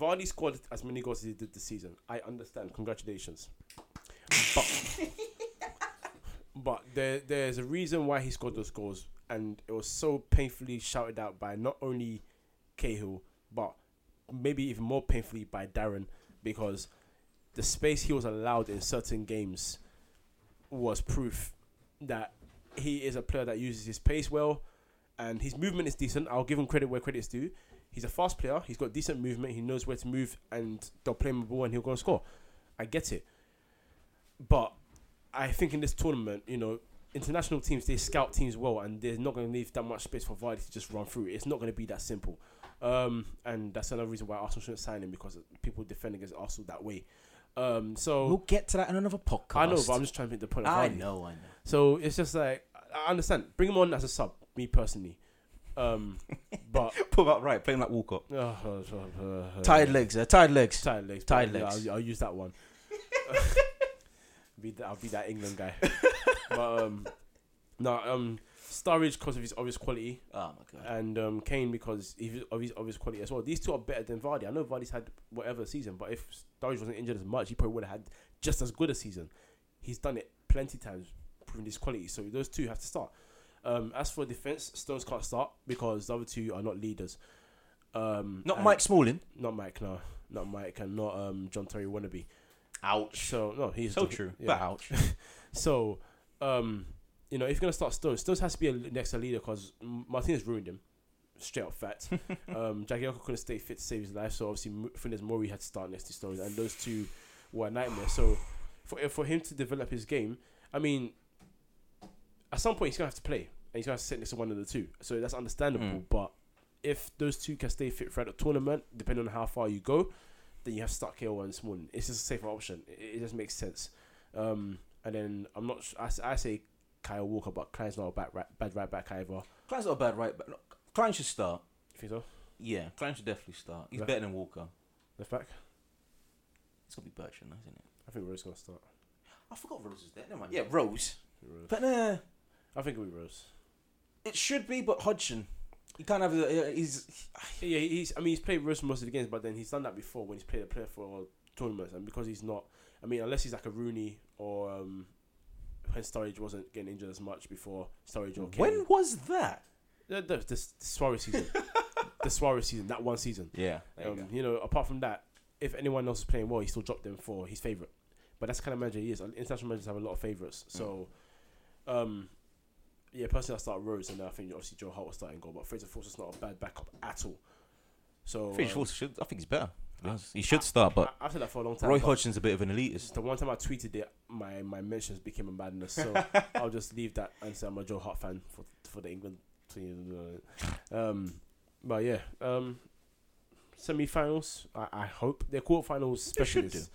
Speaker 2: Vardy scored as many goals as he did this season. I understand. Congratulations. But, but there, there's a reason why he scored those goals, and it was so painfully shouted out by not only Cahill, but maybe even more painfully by Darren, because the space he was allowed in certain games was proof that he is a player that uses his pace well and his movement is decent. I'll give him credit where credit's due. He's a fast player. He's got decent movement. He knows where to move, and they'll play him a ball, and he'll go and score. I get it, but I think in this tournament, you know, international teams they scout teams well, and they're not going to leave that much space for Vardy to just run through. It's not going to be that simple, um, and that's another reason why Arsenal shouldn't sign him because people defend against Arsenal that way. Um,
Speaker 1: We'll
Speaker 2: so
Speaker 1: get to that in another podcast.
Speaker 2: I know, but I'm just trying to make the point. Of
Speaker 1: I
Speaker 2: Vardy.
Speaker 1: know, I know.
Speaker 2: So it's just like I I understand. Bring him on as a sub, me personally. Um, but
Speaker 1: Put that right, playing like Walcott.
Speaker 2: uh, uh, uh, uh,
Speaker 1: Tired legs, uh, tired legs.
Speaker 2: tired legs,
Speaker 1: Tired
Speaker 2: but, yeah,
Speaker 1: legs.
Speaker 2: I'll, I'll use that one. be that, I'll be that England guy. but um, no, um, Sturridge because of his obvious quality,
Speaker 1: Oh my god.
Speaker 2: and um, Kane because of his, of his obvious quality as well. These two are better than Vardy. I know Vardy's had whatever season, but if Sturridge wasn't injured as much, he probably would have had just as good a season. He's done it plenty times, proving his quality. So those two have to start. Um, as for defense, Stones can't start because the other two are not leaders. Um,
Speaker 1: Not
Speaker 2: and-
Speaker 1: Mike Smalling.
Speaker 2: not Mike, no, not Mike, and not um John Terry wannabe.
Speaker 1: Ouch.
Speaker 2: So oh, no, he's
Speaker 1: So true.
Speaker 2: yeah.
Speaker 1: But ouch.
Speaker 2: So um, you know, if you're gonna start Stones, Stones has to be a next to leader because Martinez ruined him. Straight up fact. um, Jagielka couldn't stay fit to save his life, so obviously Mo- Funes Mori had to start next to Stones, and those two were a nightmare. So for for him to develop his game, I mean, at some point he's gonna have to play, and he's gonna have to sit next to one of the two. So that's understandable.
Speaker 1: Mm.
Speaker 2: But if those two can stay fit throughout the tournament, depending on how far you go, then you have to start KO and Smalling. It's just a safer option. It, it just makes sense. Um, and then I'm not. s- I, s- I say Kyle Walker, but Klein's not a bad right, bad right back either.
Speaker 1: Klein's not a bad right, but Klein should start.
Speaker 2: You think so?
Speaker 1: Yeah, Klein should definitely start. He's
Speaker 2: Yeah.
Speaker 1: better than Walker.
Speaker 2: Left back.
Speaker 1: It's gonna be Bertrand, isn't it?
Speaker 2: I think Rose gonna start.
Speaker 1: I forgot Rose is there. Never mind. Yeah, Rose.
Speaker 2: Rose.
Speaker 1: But nah,
Speaker 2: I think it'll be Rose.
Speaker 1: it should be. But Hodgson, you can't have. the- uh, He's
Speaker 2: Yeah, he's. I mean, he's played Rose most of the games, but then he's done that before when he's played a player for tournaments, and because he's not. I mean, unless he's like a Rooney or um, when Sturridge wasn't getting injured as much before Sturridge or Kane.
Speaker 1: when was that?
Speaker 2: the, the, the, the Suarez season, the Suarez season, that one season.
Speaker 1: Yeah.
Speaker 2: Um, you know, apart from that, if anyone else is playing well, he still dropped them for his favorite. But that's the kind of manager he is. And International managers have a lot of
Speaker 1: Mm.
Speaker 2: favorites. So, um, yeah, personally, I start Rose, and I think obviously Joe Hart was starting goal. But Fraser Forster's not a bad backup at all. So
Speaker 1: I think,
Speaker 2: um,
Speaker 1: he should, I think he's better. He should start, but
Speaker 2: I, I've said that for a long time.
Speaker 1: Roy
Speaker 2: but
Speaker 1: Hodgson's a bit of an elitist.
Speaker 2: the one time I tweeted it, my my mentions became a madness. So I'll just leave that and say I'm a Joe Hart fan for for the England team. Um, but yeah, um, semi-finals. I, I hope they're quarterfinals
Speaker 1: They should
Speaker 2: specialists,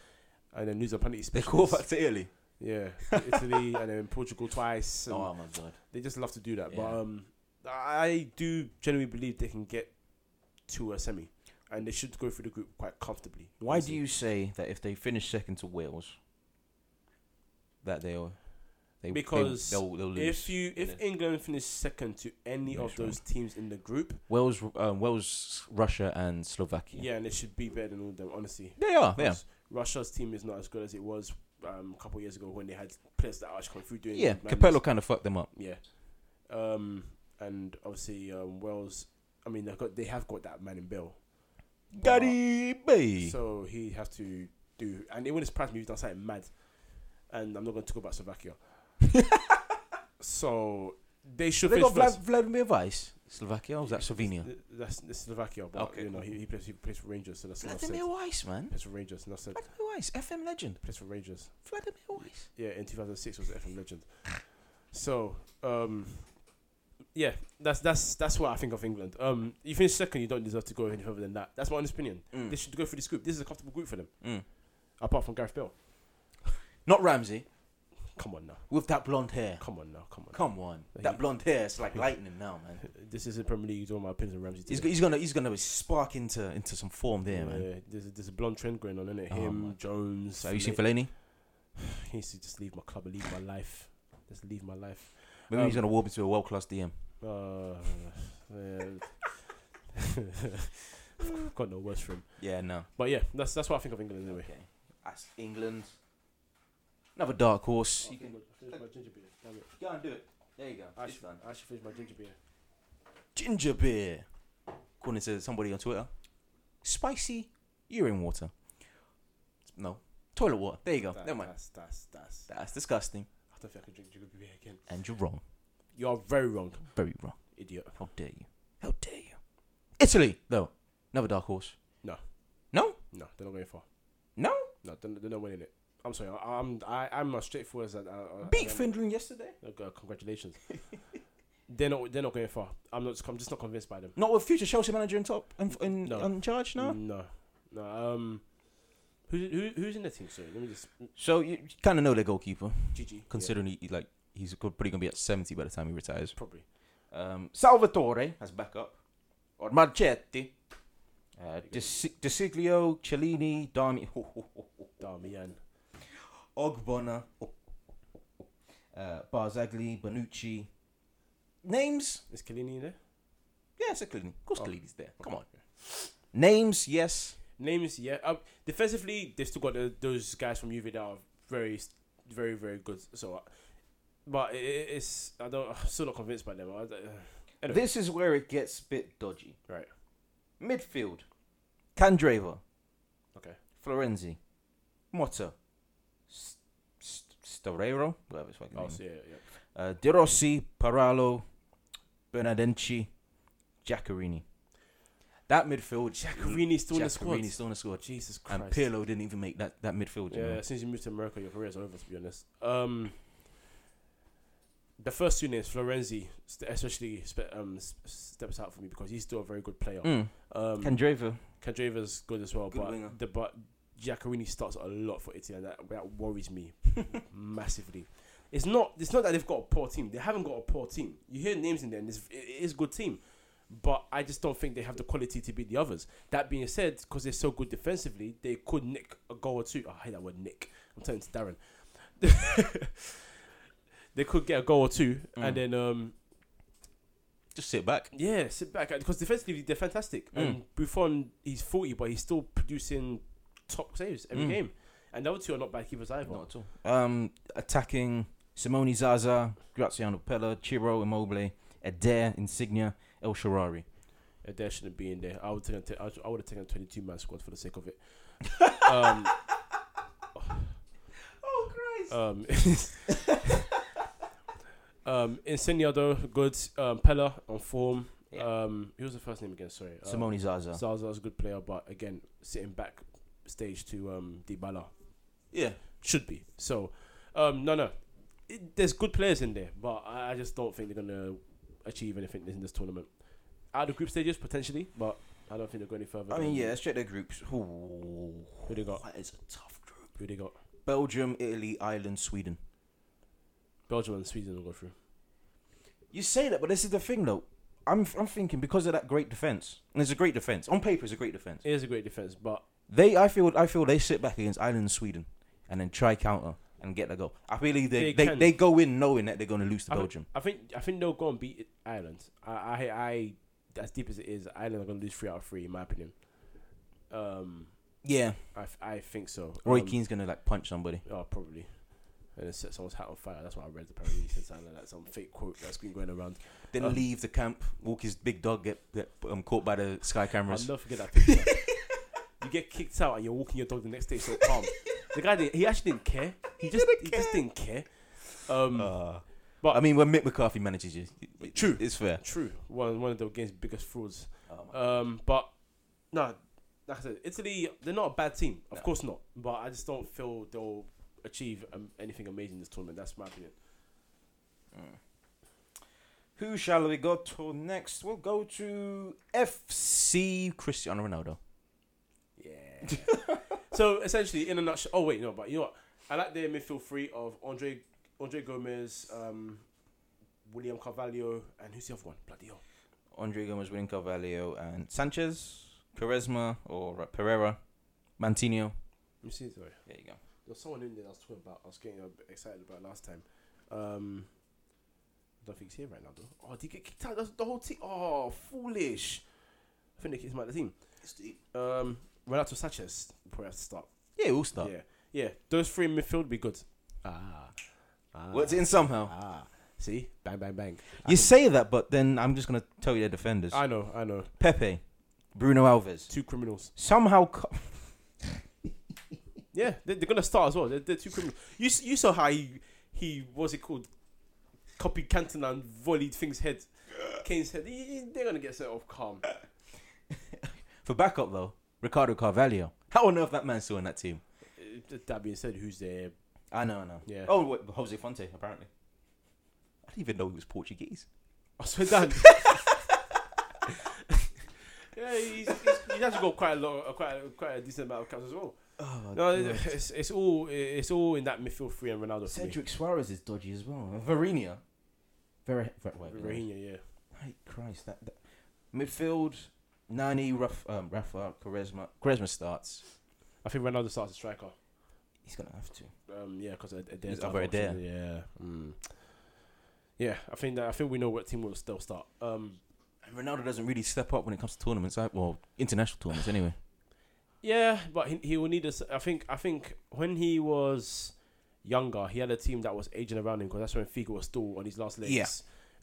Speaker 2: and then New Zealand penalty
Speaker 1: They
Speaker 2: specialists.
Speaker 1: call back to Italy.
Speaker 2: Yeah, Italy and then Portugal twice. and
Speaker 1: Oh my god.
Speaker 2: They just love to do that. But
Speaker 1: Yeah.
Speaker 2: um, I do genuinely believe they can get to a semi, and they should go through the group quite comfortably.
Speaker 1: Why do you say that if they finish second to Wales, that they'll they
Speaker 2: Because
Speaker 1: they, will they'll lose.
Speaker 2: If you if England finish second to any of
Speaker 1: Next
Speaker 2: those teams in the group,
Speaker 1: Wales, um, Wales, Russia, and Slovakia.
Speaker 2: yeah, and it should be better than all of them, honestly.
Speaker 1: they are. Yeah,
Speaker 2: Because Russia's team is not as good as it was um, a couple of years ago when they had players that are actually coming through doing
Speaker 1: yeah.
Speaker 2: madness.
Speaker 1: Capello kind of fucked them up.
Speaker 2: Yeah. Um, and obviously um, Wales. I mean, they got they have got that man in Bill,
Speaker 1: Gary B.
Speaker 2: so he has to do. And it wouldn't surprise me if he does something mad. And I'm not going to talk about Slovakia. so they should.
Speaker 1: they
Speaker 2: finish
Speaker 1: got Vlad,
Speaker 2: first.
Speaker 1: Vladimir Vice, Slovakia. Or was that Slovenia?
Speaker 2: Th- That's, that's Slovakia, but
Speaker 1: Okay,
Speaker 2: you know
Speaker 1: cool.
Speaker 2: he, he plays he plays for Rangers, so that's enough said.
Speaker 1: Vladimir Weiss, man.
Speaker 2: Plays for Rangers, enough said.
Speaker 1: Vladimir Weiss, FM legend.
Speaker 2: Plays for Rangers.
Speaker 1: Vladimir Weiss.
Speaker 2: Yeah, in 2006 was the FM legend. So, um, yeah, that's that's that's what I think of England. Um, you finish second, you don't deserve to go any further than that. That's my honest opinion. They should go through this group. This is a comfortable group for them,
Speaker 1: Mm.
Speaker 2: apart from Gareth Bale.
Speaker 1: Not Ramsey
Speaker 2: Come on now,
Speaker 1: with that blonde hair.
Speaker 2: come on now, come on.
Speaker 1: Come on, that blonde hair is like lightning now, man.
Speaker 2: This is the Premier League. Doing my opinions on Ramsey.
Speaker 1: He's,
Speaker 2: today.
Speaker 1: he's gonna he's gonna spark into into some form there, man.
Speaker 2: There's a, there's a blonde trend going on, isn't it?
Speaker 1: Oh
Speaker 2: Him,
Speaker 1: my-
Speaker 2: Jones.
Speaker 1: So have you seen
Speaker 2: Fellaini.
Speaker 1: Fellaini?
Speaker 2: He needs to just leave my club and leave my life. Just leave my life.
Speaker 1: Maybe he's
Speaker 2: Um,
Speaker 1: gonna warp into a world class DM.
Speaker 2: Uh, man. I've got no words for him.
Speaker 1: Yeah, no.
Speaker 2: But yeah, that's that's what I think of England anyway.
Speaker 1: Okay, that's England. Another dark horse.
Speaker 2: I finished my ginger beer. Damn it.
Speaker 1: Go and do it. There you go.
Speaker 2: I should, I should finish my ginger beer.
Speaker 1: Ginger beer, according to somebody on Twitter. Spicy urine water. No, toilet water. There you go.
Speaker 2: That-
Speaker 1: Never mind.
Speaker 2: That's, that's, that's,
Speaker 1: That's disgusting,
Speaker 2: I don't think I can drink ginger beer again.
Speaker 1: and you're wrong.
Speaker 2: You're very wrong,
Speaker 1: Very wrong.
Speaker 2: idiot.
Speaker 1: How dare you? How dare you? Italy, though. Another dark horse.
Speaker 2: No.
Speaker 1: No?
Speaker 2: No, they're not going far.
Speaker 1: No?
Speaker 2: No, they're, they're not winning it. I'm sorry. I, I'm I, I'm as straightforward as that. I, I,
Speaker 1: Beat
Speaker 2: I-
Speaker 1: Finland yesterday.
Speaker 2: Uh, Congratulations. they're not. They're not going far. I'm not. I'm just not convinced by them.
Speaker 1: Not with future Chelsea manager in top in, in,
Speaker 2: No. Mm.
Speaker 1: in charge now.
Speaker 2: No. No. Um. Who, who, who's in the team? Sorry, let me just.
Speaker 1: So you kind of know their goalkeeper,
Speaker 2: GG. Yeah,
Speaker 1: considering he like he's go- probably gonna be at seventy by the time he retires.
Speaker 2: probably.
Speaker 1: Um, Salvatore as backup, or Marchetti, uh, Desi- Desiglio, Cellini, Dami,
Speaker 2: Darmian.
Speaker 1: Ogbonna, uh, Barzagli, Bonucci. Names?
Speaker 2: Is Kalini in there?
Speaker 1: Yeah, it's a Cellini. Of course,
Speaker 2: Oh.
Speaker 1: Cellini's there. Come on.
Speaker 2: Okay.
Speaker 1: Names? Yes.
Speaker 2: Names, yeah. Um, defensively, they've still got the, those guys from Juve that are very, very, very good. So, uh, but it, it- it's I don't. I'm still not convinced by them. I, don't- Anyway.
Speaker 1: This is where it gets a bit dodgy.
Speaker 2: right.
Speaker 1: Midfield. Candreva.
Speaker 2: Okay.
Speaker 1: Florenzi. Motta. S- S- Storero. Whatever his fucking
Speaker 2: Oh,
Speaker 1: name
Speaker 2: so yeah, yeah.
Speaker 1: is. Uh, De Rossi. Paralo. Bernardenci. Giaccherini. That midfield.
Speaker 2: Giacchirini's still in the squad.
Speaker 1: Giacchirini's still in the squad.
Speaker 2: Jesus Christ.
Speaker 1: And Pirlo didn't even make that, that midfield. you
Speaker 2: Yeah,
Speaker 1: know.
Speaker 2: since you moved to America, your career's over. To be honest, um, the first two names, Florenzi, st- especially, spe- um, s- steps out for me because he's still a very good player.
Speaker 1: Mm.
Speaker 2: Um,
Speaker 1: Candreva.
Speaker 2: Kadreva's good as well,
Speaker 1: Good
Speaker 2: but
Speaker 1: winger.
Speaker 2: the but Giaccherini starts a lot for Italy, and that, that worries me massively. It's not it's not that they've got a poor team; they haven't got a poor team. You hear names in there, and it's, it it is a good team, but I just don't think they have the quality to beat the others. That being said, because they're so good defensively, they could nick a goal or two. Oh, I hate that word nick. I'm turning to Darren. they could get a goal or two,
Speaker 1: Mm.
Speaker 2: and then um,
Speaker 1: Just sit back.
Speaker 2: yeah, sit back because defensively they're
Speaker 1: Mm.
Speaker 2: fantastic. And Buffon, he's forty, but he's still producing top saves every
Speaker 1: Mm.
Speaker 2: game. And the other two are not bad keepers either.
Speaker 1: Not at all. Um, attacking Simone Zaza, Graziano Pella, Chiro Immobile, Adair, Insignia, El Sharari.
Speaker 2: Uh, There shouldn't be in there. I would take. I would- I would have taken a twenty-two man squad for the sake of it. um,
Speaker 1: Oh Christ!
Speaker 2: um, um, Insignia though, good. Um, Pella on form.
Speaker 1: Yeah.
Speaker 2: Um, who was the first name again? Sorry, um,
Speaker 1: Simone Zaza.
Speaker 2: Zaza's a good player, but again, sitting back stage to um, Dybala.
Speaker 1: yeah.
Speaker 2: should be. So, um, no, no, it, there's good players in there, but I, I just don't think they're gonna achieve anything in this tournament. Out of group stages potentially, but I don't think they'll go any further.
Speaker 1: I
Speaker 2: than-
Speaker 1: mean, yeah. Let's check their groups. Ooh,
Speaker 2: Who they got?
Speaker 1: that is a tough group.
Speaker 2: Who they got?
Speaker 1: Belgium, Italy, Ireland, Sweden.
Speaker 2: Belgium and Sweden will go through.
Speaker 1: You say that, but this is the thing, though. I'm I'm thinking because of that great defense, and it's a great defense on paper. It's a great defense.
Speaker 2: It is a great defense, but
Speaker 1: They, I feel, I feel they sit back against Ireland and Sweden, and then try counter. and get that goal. I believe they
Speaker 2: They
Speaker 1: they, they,
Speaker 2: can.
Speaker 1: go in knowing that they're going to lose to
Speaker 2: I thi-
Speaker 1: Belgium.
Speaker 2: I think I think they'll go and beat Ireland. I, I I as deep as it is, Ireland are gonna lose three out of three in my opinion. Um,
Speaker 1: Yeah,
Speaker 2: I, f- I think so.
Speaker 1: Roy
Speaker 2: um,
Speaker 1: Keane's going to like punch somebody.
Speaker 2: Oh, probably. And then set someone's hat on fire. That's what I read apparently. He said something like that. Some fake quote that's been going around.
Speaker 1: Then
Speaker 2: uh,
Speaker 1: leave the camp, walk his big dog, get, get um, caught by the sky
Speaker 2: I'll
Speaker 1: cameras.
Speaker 2: never forget that picture. you get kicked out and you're walking your dog the next day so calm. The guy, did, he actually didn't care. He, just
Speaker 1: didn't
Speaker 2: he just
Speaker 1: care.
Speaker 2: didn't care. Um,
Speaker 1: Uh,
Speaker 2: but-
Speaker 1: I mean, when Mick McCarthy manages you, it- it-
Speaker 2: True.
Speaker 1: it's fair.
Speaker 2: true. One one of the game's biggest frauds.
Speaker 1: Oh, my-
Speaker 2: Um, but no, that's it. Italy, they're not a bad team. Of
Speaker 1: No.
Speaker 2: course not. But I just don't feel they'll achieve um, anything amazing this tournament. That's my opinion.
Speaker 1: Who shall we go to next? We'll go to FC Cristiano Ronaldo.
Speaker 2: Yeah. so essentially, in a nutshell. Oh wait, no, but you know what? I like their midfield three of Andre, Andre Gomez, um, William Carvalho, and who's the other one? Bloody hell.
Speaker 1: Andre Gomez, William Carvalho, and Sanchez, Charisma or Pereira, Mantino.
Speaker 2: Let me see. Sorry,
Speaker 1: There you go.
Speaker 2: there's someone in there I was talking about. I was getting a bit excited about last time. Um, I don't think he's here right now though. Oh, did he get kicked out? That's the whole team. Oh, foolish. I think they kicked him out of the team. Um, Renato Sanchez probably have to start.
Speaker 1: Yeah, we'll start.
Speaker 2: Yeah, yeah. Those three in midfield would be good. Ah. ah.
Speaker 1: What's in somehow?
Speaker 2: Ah, see, bang, bang, bang. I
Speaker 1: You
Speaker 2: can-
Speaker 1: say that, but then I'm just gonna tell you the defenders:
Speaker 2: I know, I know.
Speaker 1: Pepe, Bruno Alves.
Speaker 2: Two criminals.
Speaker 1: Somehow, co-
Speaker 2: Yeah, they're, they're gonna start as well. They're, they're two criminals. You s- you saw how he he was it called, copied Cantona and volleyed things head, Kane's head. He- he- they're gonna get set off calm. Uh,
Speaker 1: for backup though, Ricardo Carvalho. How on earth that man's still in that team?
Speaker 2: Uh, That being said, who's there?
Speaker 1: I know, I know.
Speaker 2: Yeah.
Speaker 1: Oh, wait, Jose Fonte apparently. I didn't even know he was Portuguese.
Speaker 2: I swear down. yeah, he's, he's, he's actually got quite a lot, of- quite a, quite a decent amount of caps as well.
Speaker 1: Oh my
Speaker 2: No, it's, it's all it's all in that midfield three and Ronaldo. For me.
Speaker 1: Cedric Suarez is dodgy as well. Varina. Very, very
Speaker 2: Rahinha, yeah.
Speaker 1: My Christ, that, that midfield Nani, Raf, um, Rafa, Charisma. Charisma starts.
Speaker 2: I think Ronaldo starts as striker.
Speaker 1: He's gonna have to.
Speaker 2: Um, yeah, because
Speaker 1: He's
Speaker 2: Adair's
Speaker 1: over Adair. Hmm.
Speaker 2: Yeah, mm. yeah. I think that I think we know what team will still start. Um,
Speaker 1: And Ronaldo doesn't really step up when it comes to tournaments. Like, well, international tournaments anyway.
Speaker 2: yeah, but he, he will need us. I think I think when he was younger, he had a team that was aging around him because that's when Figo was still on his last legs.
Speaker 1: Yeah.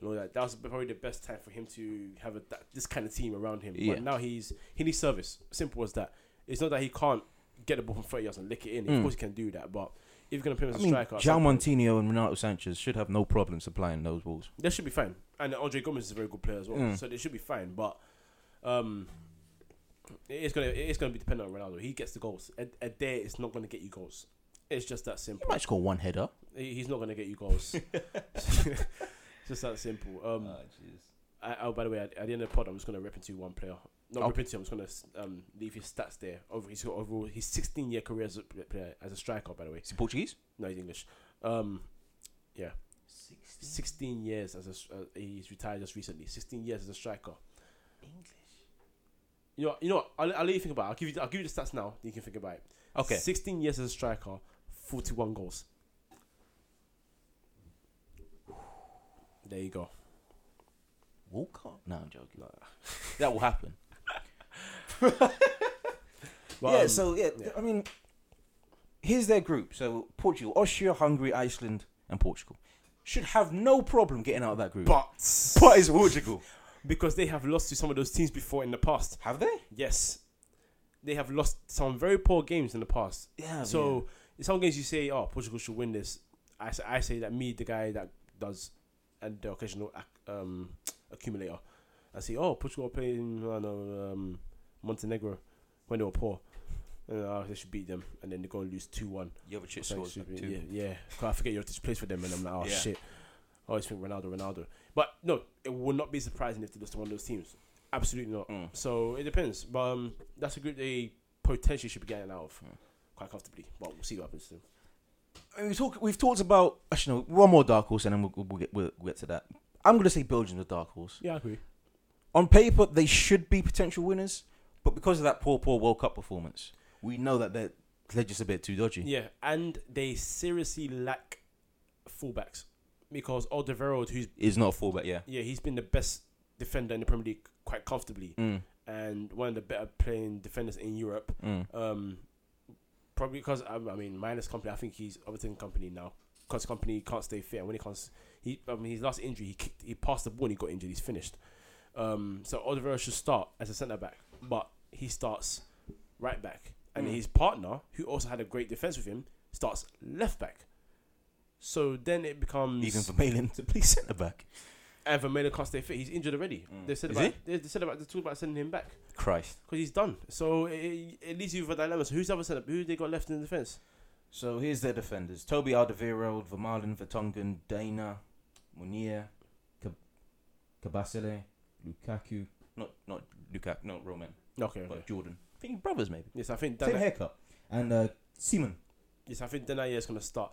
Speaker 2: And all that. That was probably the best time for him to have a, that, this kind of team around him.
Speaker 1: Yeah.
Speaker 2: But now he's he needs service. Simple as that. It's not that he can't get the ball from thirty yards and lick it in.
Speaker 1: Mm.
Speaker 2: Of course he can do that, but. If you're gonna put
Speaker 1: I
Speaker 2: him as a
Speaker 1: mean,
Speaker 2: striker, at
Speaker 1: Jao
Speaker 2: some point-
Speaker 1: Montino and Renato Sanchez should have no problem supplying those balls.
Speaker 2: They should be fine. And Andre Gomez is a very good player as well,
Speaker 1: Mm.
Speaker 2: so they should be fine. But um, it's gonna it's gonna be dependent on Ronaldo. He gets the goals. A, a day is not gonna get you goals. It's just that
Speaker 1: He
Speaker 2: simple.
Speaker 1: might score one header.
Speaker 2: He- He's not gonna get you goals. just that simple. Um, I, oh, by the way, at, at the end of the pod, I'm just gonna rip into one player. Not
Speaker 1: Oh.
Speaker 2: rip into. I'm just gonna um, leave his stats there. Over his overall his 16 year career as a player as a striker. By the way,
Speaker 1: Is he Portuguese?
Speaker 2: no, he's English. Um, 16 years as a s- uh, he's retired just recently. 16 years as a striker.
Speaker 1: English.
Speaker 2: You know, you know. what? I'll, I'll let you think about. it. I'll give you. I'll give you the stats now. Then you can think about it.
Speaker 1: Okay.
Speaker 2: Sixteen years as a striker, forty-one goals. There you go.
Speaker 1: Walker? No, I'm joking. that will happen.
Speaker 2: But,
Speaker 1: yeah,
Speaker 2: um,
Speaker 1: so yeah,
Speaker 2: yeah.
Speaker 1: I mean, here's their group. So Portugal, Austria, Hungary, Iceland, and Portugal should have no problem getting out of that group.
Speaker 2: but
Speaker 1: But it's Portugal.
Speaker 2: because they have lost to some of those teams before in the past.
Speaker 1: Have they?
Speaker 2: Yes, they have lost some very poor games in the past.
Speaker 1: Yeah.
Speaker 2: so in some games you say, "Oh, Portugal should win this." I say, I say that me, the guy that does and the occasional ac- um, accumulator, I say, "Oh, Portugal are playing I don't know, um, Montenegro when they were poor." And, uh, they should beat them, and then they go and lose two one.
Speaker 1: Jovic scores like two.
Speaker 2: Yeah, yeah. 'Cause I forget you have to play for them, and I'm like, "Oh
Speaker 1: Yeah.
Speaker 2: shit!" I always think Ronaldo, Ronaldo. But no, it would not be surprising if they lost to one of those teams. Absolutely not.
Speaker 1: Mm.
Speaker 2: So it depends. But um, that's a group they potentially should be getting out of
Speaker 1: Mm.
Speaker 2: quite comfortably. But we'll see what happens to them.
Speaker 1: I mean, we talk, we've talked about actually no, one more dark horse, and then we'll, we'll, get, we'll get to that. I'm gonna say Belgium's a dark horse.
Speaker 2: Yeah, I agree.
Speaker 1: On paper, they should be potential winners, but because of that poor, poor World Cup performance, we know that they're They're just a bit too dodgy.
Speaker 2: Yeah, and they seriously lack fullbacks because Alderweireld, who's
Speaker 1: He's not a fullback, yeah.
Speaker 2: yeah, he's been the best defender in the Premier League quite comfortably,
Speaker 1: Mm,
Speaker 2: and one of the better playing defenders in Europe.
Speaker 1: mm.
Speaker 2: Um, probably because I, I mean, minus company, I think he's Everton company now. Cause company can't stay fit, and when he can't, he I mean, his last injury, he kicked, he passed the ball, and he got injured. He's finished. Um, so Oliveira should start as a centre back, but he starts right back, and
Speaker 1: Mm.
Speaker 2: his partner, who also had a great defence with him, starts left back. So then it becomes
Speaker 1: Even Vermaelen to play centre back.
Speaker 2: and Vermaelen can't stay fit. He's injured already.
Speaker 1: Mm.
Speaker 2: They said
Speaker 1: Is
Speaker 2: about
Speaker 1: he?
Speaker 2: they, they said about they talked about sending him back
Speaker 1: Christ.
Speaker 2: because he's done. So it, it leaves you with a dilemma. So who's the other centre? Who they got left in the defence?
Speaker 1: So here's their defenders: Toby Alderweireld, Vermaelen, Vertonghen, Dana, Munir, Kab- Kabasele, Lukaku. Not not Lukaku, not Roman,
Speaker 2: Okay. okay.
Speaker 1: but Jordan. I think brothers maybe.
Speaker 2: Yes, I think
Speaker 1: Same
Speaker 2: Dana,
Speaker 1: haircut. And uh, Seaman.
Speaker 2: yes, I think Danaye is gonna start.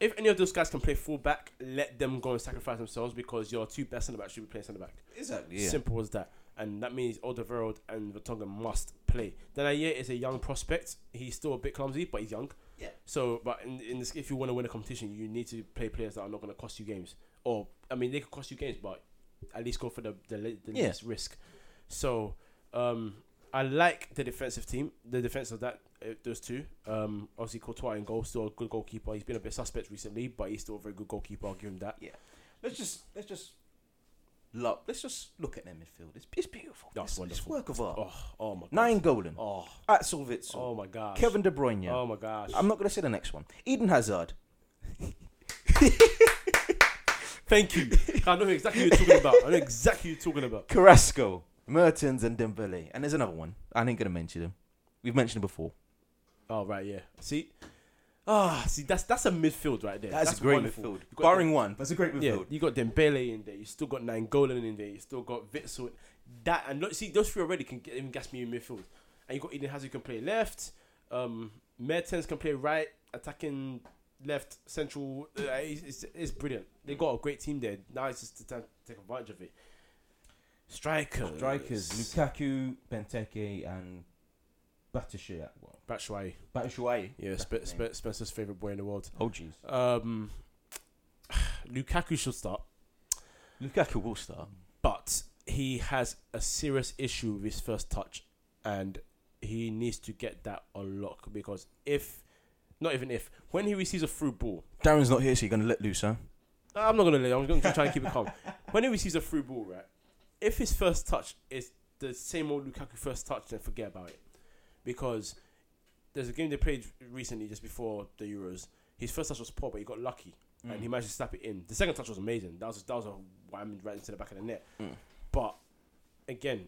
Speaker 2: If any of those guys can play full back, let them go and sacrifice themselves because your two best centre backs should be playing centre back.
Speaker 1: Exactly.
Speaker 2: Simple as that. And that means Alderweireld and Vertonghen must play. Danaye is a young prospect. He's still a bit clumsy, but he's young.
Speaker 1: Yeah.
Speaker 2: So, but in, in this, if you want to win a competition, you need to play players that are not going to cost you games. Or, I mean, they could cost you games, but at least go for the the, le- the
Speaker 1: Yeah.
Speaker 2: least risk. So, um, I like the defensive team. The defense of that uh, those two. Um, obviously Courtois in goal, still a good goalkeeper. He's been a bit suspect recently, but he's still a very good goalkeeper. I'll give him that.
Speaker 1: Let's just let's just look. Let's just look at their midfield. It's, it's beautiful.
Speaker 2: That's
Speaker 1: it's, it's
Speaker 2: wonderful.
Speaker 1: work of art.
Speaker 2: Oh, oh my.
Speaker 1: Nine Golan,
Speaker 2: Oh,
Speaker 1: Axel Witsel,
Speaker 2: oh my gosh.
Speaker 1: Kevin De Bruyne.
Speaker 2: Oh my gosh.
Speaker 1: I'm not gonna say the next one. Eden Hazard.
Speaker 2: Thank you. I know exactly what you're talking about. I know exactly what you're talking about.
Speaker 1: Carrasco, Mertens, and Dembele. And there's another one. I ain't gonna mention him. We've mentioned it before.
Speaker 2: Oh right, yeah. See, ah, see that's that's a midfield right there.
Speaker 1: That's, a great
Speaker 2: wonderful.
Speaker 1: midfield.
Speaker 2: You got
Speaker 1: Barring one, that's a great
Speaker 2: yeah,
Speaker 1: midfield.
Speaker 2: you got Dembele in there. You still got Nangolan in there. You still got Witzel. That and look, see those three already can get, even gas me in midfield. And you got Eden Hazard who can play left. Um, Mertens can play right, attacking left, central. Uh, it's, it's, it's brilliant. They got a great team there. Now it's just to ta- take advantage of it. Strikers,
Speaker 1: Strikers: Lukaku, Benteke, and Batshuayi.
Speaker 2: Batshuayi.
Speaker 1: Batshuayi.
Speaker 2: Yeah, Spe- Spe- Spencer's favorite boy in the world.
Speaker 1: Oh jeez.
Speaker 2: Um, Lukaku should start,
Speaker 1: Lukaku will start.
Speaker 2: but he has a serious issue with his first touch, and he needs to get that unlocked because if, not even if, when he receives a through ball,
Speaker 1: Darren's not here, so you're gonna let loose, huh?
Speaker 2: I'm not gonna lie, I'm gonna try and keep it calm. When he receives a through ball, right? If his first touch is the same old Lukaku first touch, then forget about it, because there's a game they played recently just before the Euros. His first touch was poor, but he got lucky. and
Speaker 1: Mm.
Speaker 2: he managed to slap it in. The second touch was amazing. That was that was a wham right into the back of the net.
Speaker 1: Mm.
Speaker 2: But again,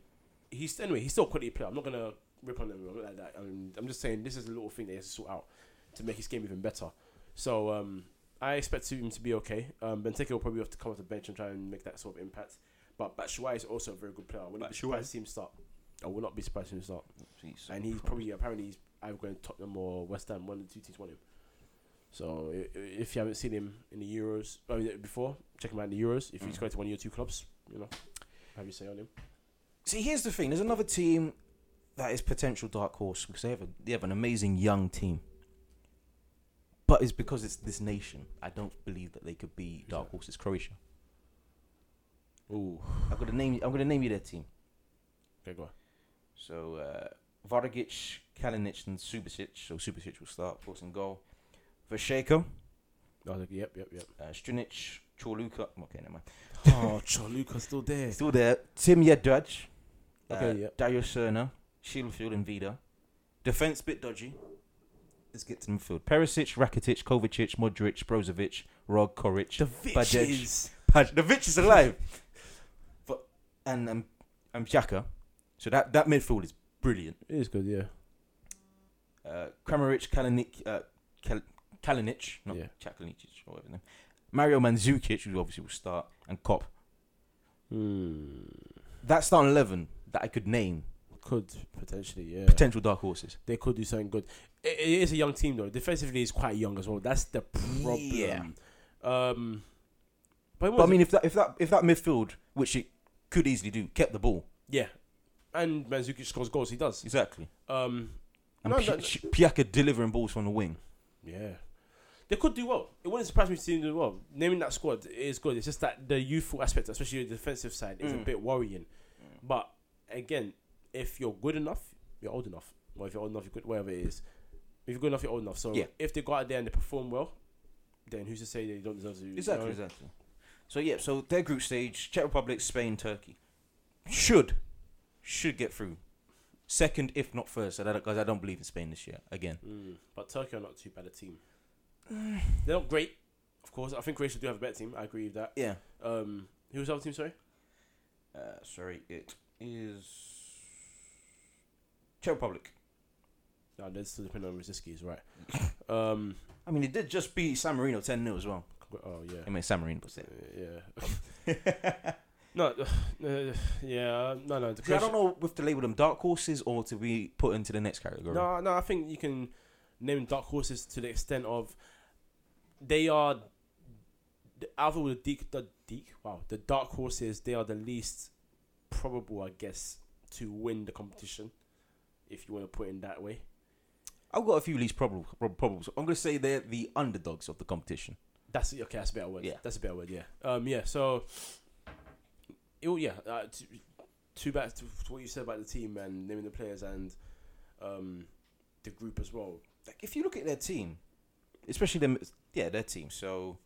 Speaker 2: he's anyway he's still a quality player. I'm not gonna rip on him I'm not like that. I'm, I'm just saying this is a little thing that he has to sort out to make his game even better. So um, I expect him to be okay. Um, Benteke will probably have to come off the bench and try and make that sort of impact. But Batshuayi is also a very good player. I wouldn't be
Speaker 1: Batshuayi.
Speaker 2: surprised to see him start. I will not be surprised to see him start. and he's probably apparently he's either going to Tottenham or West Ham. One of the two teams want him. So i- i- if you haven't seen him in the Euros, I mean, before check him out in the Euros. If he's
Speaker 1: Mm.
Speaker 2: going to one of your two clubs, you know, have you say on him.
Speaker 1: See, here's the thing. There's another team that is potential dark horse because they have a, they have an amazing young team. But it's because it's this nation. I don't believe that they could be
Speaker 2: Who's
Speaker 1: dark
Speaker 2: that?
Speaker 1: horses. Croatia.
Speaker 2: Ooh,
Speaker 1: I'm gonna name. I'm gonna name you their team.
Speaker 2: okay, go on.
Speaker 1: So uh, Vardigic, Kalinic, and Subasic. So Subasic will start, of course, in goal. Vasheko,
Speaker 2: I was like, yep, yep, yep.
Speaker 1: uh, Strinic, Chorluka. Okay, never mind.
Speaker 2: oh, Choluka's still there.
Speaker 1: Still there. Tim Yedraj, uh,
Speaker 2: Okay, yeah.
Speaker 1: Dario Serna, Shieldfield, and Vida. Defense bit dodgy. Let's get to midfield. Perisic, Rakitic, Kovacic, Modric, Brozovic, Rog, Koric.
Speaker 2: The
Speaker 1: Badej.
Speaker 2: Vitches.
Speaker 1: Paj- the Vitch is alive. but and um, um Xhaka. So that that midfield is brilliant.
Speaker 2: It is good, yeah.
Speaker 1: Uh, Kramaric, Kalinic, uh, Kal- Kalinic, not
Speaker 2: Yeah.
Speaker 1: Chakalinic or whatever. his name. Mario Mandzukic, who obviously will start, and Kop.
Speaker 2: Hmm.
Speaker 1: That's starting eleven that I could name
Speaker 2: Could potentially, yeah.
Speaker 1: potential dark horses.
Speaker 2: they could do something good. I it is a young team though. Defensively, is quite young as well. That's the problem.
Speaker 1: Yeah.
Speaker 2: Um. But,
Speaker 1: But
Speaker 2: it
Speaker 1: I
Speaker 2: was-
Speaker 1: mean, if that if that if that midfield, which it could easily do, kept the ball
Speaker 2: Yeah. And Mandzukic scores goals. He does.
Speaker 1: exactly.
Speaker 2: Um,
Speaker 3: And
Speaker 2: No,
Speaker 3: Pi-
Speaker 2: no, no.
Speaker 3: Piaka delivering balls from the wing.
Speaker 2: Yeah. They could do well. It wouldn't surprise me to see them do well. Naming that squad is good. It's just that the youthful aspect, especially the defensive side, is
Speaker 3: Mm.
Speaker 2: a bit worrying. But again, if you're good enough, you're old enough. Well, if you're old enough, you're good, whatever it is. If you're good enough, you're old enough. So
Speaker 3: Yeah.
Speaker 2: if they go out there and they perform well, then who's to say they don't deserve to? you
Speaker 3: Exactly,
Speaker 2: know?
Speaker 3: exactly. So yeah, so their group stage: Czech Republic, Spain, Turkey. Should, should get through. Second, if not first, because I don't believe in Spain this year again.
Speaker 2: Mm. But Turkey are not too bad a team. They're not great, of course. I think Croatia do have a better team. I agree with that.
Speaker 3: Yeah.
Speaker 2: Um, who was the other team? Sorry.
Speaker 3: Uh, sorry, it is Czech Republic.
Speaker 2: No, they're still depending on Rosicky, is right. um,
Speaker 3: I mean, it did just beat San Marino ten 0 as well.
Speaker 2: oh yeah.
Speaker 3: I mean, San Marino was it.
Speaker 2: yeah. no, uh, yeah, no, no. The
Speaker 3: See, I don't know if to label them dark horses or to be put into the next category.
Speaker 2: No, no. I think you can name dark horses to the extent of they are the other with the deek, the deek. Wow, the dark horses. They are the least probable, I guess, to win the competition. If you want to put it in that way,
Speaker 3: I've got a few least probable prob- problems. I'm going to say they're the underdogs of the competition.
Speaker 2: that's okay. That's a better word.
Speaker 3: Yeah.
Speaker 2: that's a better word. Yeah. Um. Yeah. So, it, will- yeah. Uh, t- too bad to, to what you said about the team and naming the players and um the group as well.
Speaker 3: Like, if you look at their team, especially them, yeah, their team. So,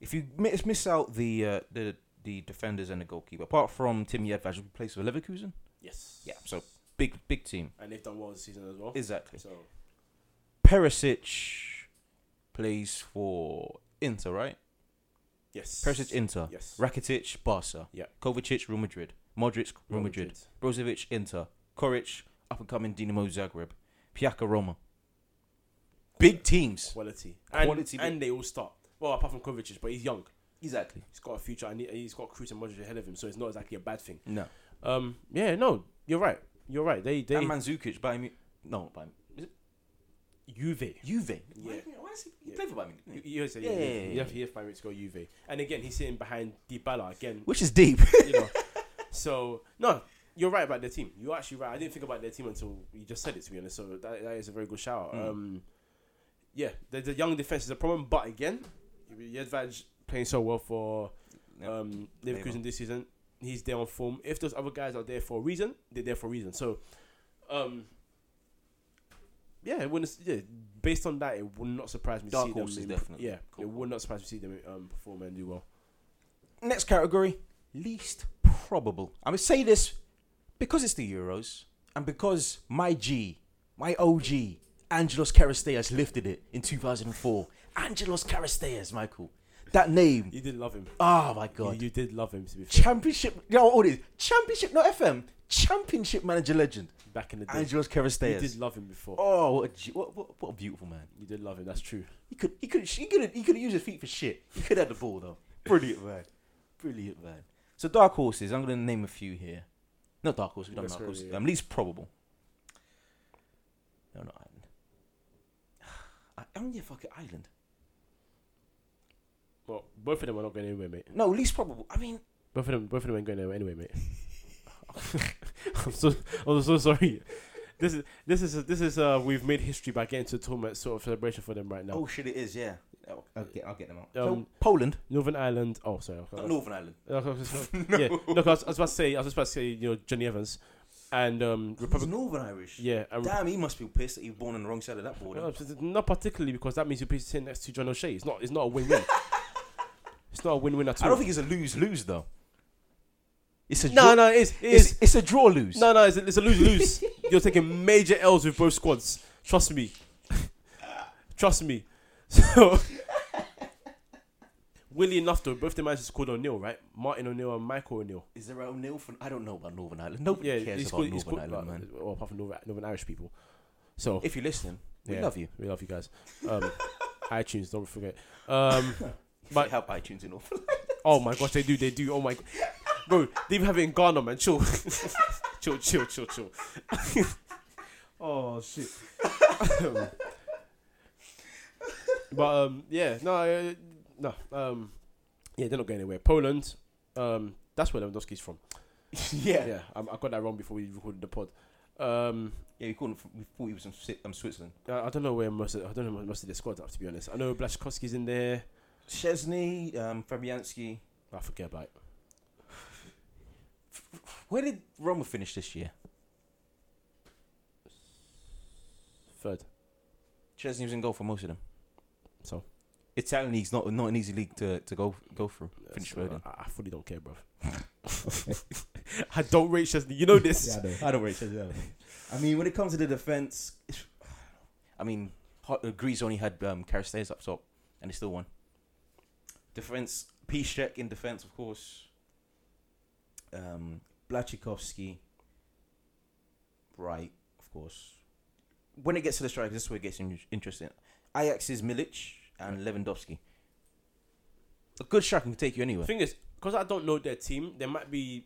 Speaker 3: if you miss, miss out the uh, the the defenders and the goalkeeper, apart from Tim Yedvaz, who plays for Leverkusen,
Speaker 2: Yes.
Speaker 3: yeah, so big big team.
Speaker 2: and they've done well this season as well.
Speaker 3: Exactly.
Speaker 2: So
Speaker 3: Perisic plays for Inter, right?
Speaker 2: yes.
Speaker 3: Perisic Inter.
Speaker 2: Yes.
Speaker 3: Rakitic Barca.
Speaker 2: Yeah.
Speaker 3: Kovacic Real Madrid. Modric Real Madrid. Brozovic Inter. Koric up and coming Dinamo Zagreb. Piaka Roma. Big teams.
Speaker 2: Quality. And,
Speaker 3: Quality, but-
Speaker 2: and they all start. Well, apart from Kovacic, but he's young.
Speaker 3: Exactly.
Speaker 2: He's got a future. And he- he's got Cruz and Modric ahead of him, so it's not exactly a bad thing.
Speaker 3: No.
Speaker 2: Um. Yeah. No. You're right. You're right. They. They.
Speaker 3: And Mandzukic Bayern. Mu- No, Bayern.
Speaker 2: Juve.
Speaker 3: Juve.
Speaker 2: Yeah.
Speaker 3: Why- Why is he, he
Speaker 2: Yeah.
Speaker 3: played for Bayern? Munich,
Speaker 2: You,
Speaker 3: didn't he?
Speaker 2: you say, yeah,
Speaker 3: Yeah,
Speaker 2: yeah,
Speaker 3: yeah,
Speaker 2: yeah,
Speaker 3: yeah,
Speaker 2: You have to five minutes to go Juve, and again he's sitting behind DiBala again.
Speaker 3: Which is deep.
Speaker 2: You know, so no, you're right about their team. You're actually right. I didn't think about their team until you just said it. To be honest, so that, that is a very good shout. out.
Speaker 3: Mm.
Speaker 2: Um, yeah, the, the young defense is a problem, but again, Yedvaj playing so well for
Speaker 3: Yeah.
Speaker 2: um,
Speaker 3: Labour.
Speaker 2: Leverkusen this season. He's there on form. If those other guys are there for a reason, they're there for a reason. So, um, yeah, it wouldn't. Yeah, based on that, it would not surprise me.
Speaker 3: Dark
Speaker 2: to see
Speaker 3: horses,
Speaker 2: them
Speaker 3: definitely.
Speaker 2: Yeah,
Speaker 3: Cool.
Speaker 2: it would not surprise me to see them um, perform and do well.
Speaker 3: Next category, least probable. I'm gonna say this because it's the Euros and because my G, my OG, Angelos Caristeas lifted it in 2004. Angelos Caristeas, Michael. That name.
Speaker 2: You did love him.
Speaker 3: Oh my
Speaker 2: You,
Speaker 3: god.
Speaker 2: you did love him to be fair.
Speaker 3: Championship. You know what all this? Championship, not FM. Championship manager legend.
Speaker 2: Back in the day,
Speaker 3: Angelos
Speaker 2: you did
Speaker 3: Caristeas.
Speaker 2: love him before.
Speaker 3: Oh, what a, G- what, what, what a beautiful man.
Speaker 2: You did love him. That's true.
Speaker 3: He could he could he could he could use his feet for shit. He could have the ball though. Brilliant man. Brilliant man. So dark horses, I'm gonna name a few here. Not dark horses, we've done
Speaker 2: That's
Speaker 3: dark
Speaker 2: right,
Speaker 3: horses.
Speaker 2: yeah.
Speaker 3: Um, least probable. No, not Ireland. I, I'm yeah, fucking Ireland.
Speaker 2: Well, both of them are not going anywhere, mate.
Speaker 3: No, least probable. I mean,
Speaker 2: Both of them, both of them ain't going anywhere anyway, mate. I'm so, I'm so sorry. This is, this is, this is. Uh, we've made history by getting to a tournament sort of celebration for them right now.
Speaker 3: oh shit, it is. Yeah, Oh, I'll get I'll get them out.
Speaker 2: Um,
Speaker 3: so, Poland,
Speaker 2: Northern Ireland. Oh, sorry.
Speaker 3: not Northern Ireland.
Speaker 2: No, yeah. Look, I was, I was about to say. I was just about to say. You know, Johnny Evans, and um,
Speaker 3: He's
Speaker 2: Republic.
Speaker 3: Northern Irish.
Speaker 2: Yeah, and
Speaker 3: Damn, he must be pissed that he was born on the wrong side of that border.
Speaker 2: No, it's- it's not particularly because that means you'll be sitting next to John O'Shea. It's not. It's not a win-win. it's not a win-win at all.
Speaker 3: I don't think it's a lose lose though. It's a
Speaker 2: no,
Speaker 3: draw-
Speaker 2: no, it is. It
Speaker 3: It's,
Speaker 2: is.
Speaker 3: it's a draw lose.
Speaker 2: No, no, it's a, it's a lose lose. You're taking major L's with both squads. Trust me. Trust me. So, weirdly enough, though, both the managers scored O'Neill, right? Martin O'Neill and Michael O'Neill.
Speaker 3: Is there a nil for? I don't know about Northern Ireland. Nobody
Speaker 2: yeah,
Speaker 3: cares
Speaker 2: he's
Speaker 3: about
Speaker 2: called- he's
Speaker 3: Northern
Speaker 2: called-
Speaker 3: Ireland, man.
Speaker 2: Well, apart from Northern, Northern Irish people. So,
Speaker 3: If you're listening, we
Speaker 2: Yeah.
Speaker 3: love you.
Speaker 2: we love you guys. Um, iTunes, don't forget. Um, But-
Speaker 3: But help iTunes in Northern.
Speaker 2: Oh my gosh, they do, they do. Oh my, bro, they even have it in Ghana, man. Chill, chill, chill, chill, chill. oh shit. but um, yeah, no, uh, no, um, yeah, they're not going anywhere. Poland, um, that's where Lewandowski's from. Yeah, I, I got that wrong before we recorded the pod. Um,
Speaker 3: Yeah, we called him. From, we thought he was from Swi- um, Switzerland.
Speaker 2: I I don't know where most of, I don't know where most of the squad's up to be honest. I know Blaszkowski's in there.
Speaker 3: Chesney, um, Fabianski.
Speaker 2: I forget about it.
Speaker 3: Where did Roma finish this year?
Speaker 2: Third.
Speaker 3: Chesney was in goal for most of them.
Speaker 2: So
Speaker 3: Italian league's not not an easy league to, to go go through.
Speaker 2: that's-
Speaker 3: Finish third. in.
Speaker 2: I, I fully don't care, bro. I don't rate Chesney. You know this.
Speaker 3: Yeah, I don't rate Chesney. I mean, when it comes to the defense, I mean, Ho- uh, Greece only had um, Carstairs up top, and they still won. Defense, Piszczek in defense, of course. Um, Blachikovsky, right, of course. When it gets to the strikers, this is where it gets in- interesting. Ajax is Milic and Lewandowski. A good shot can take you
Speaker 2: The
Speaker 3: anywhere.
Speaker 2: thing is, because I don't know their team, there might be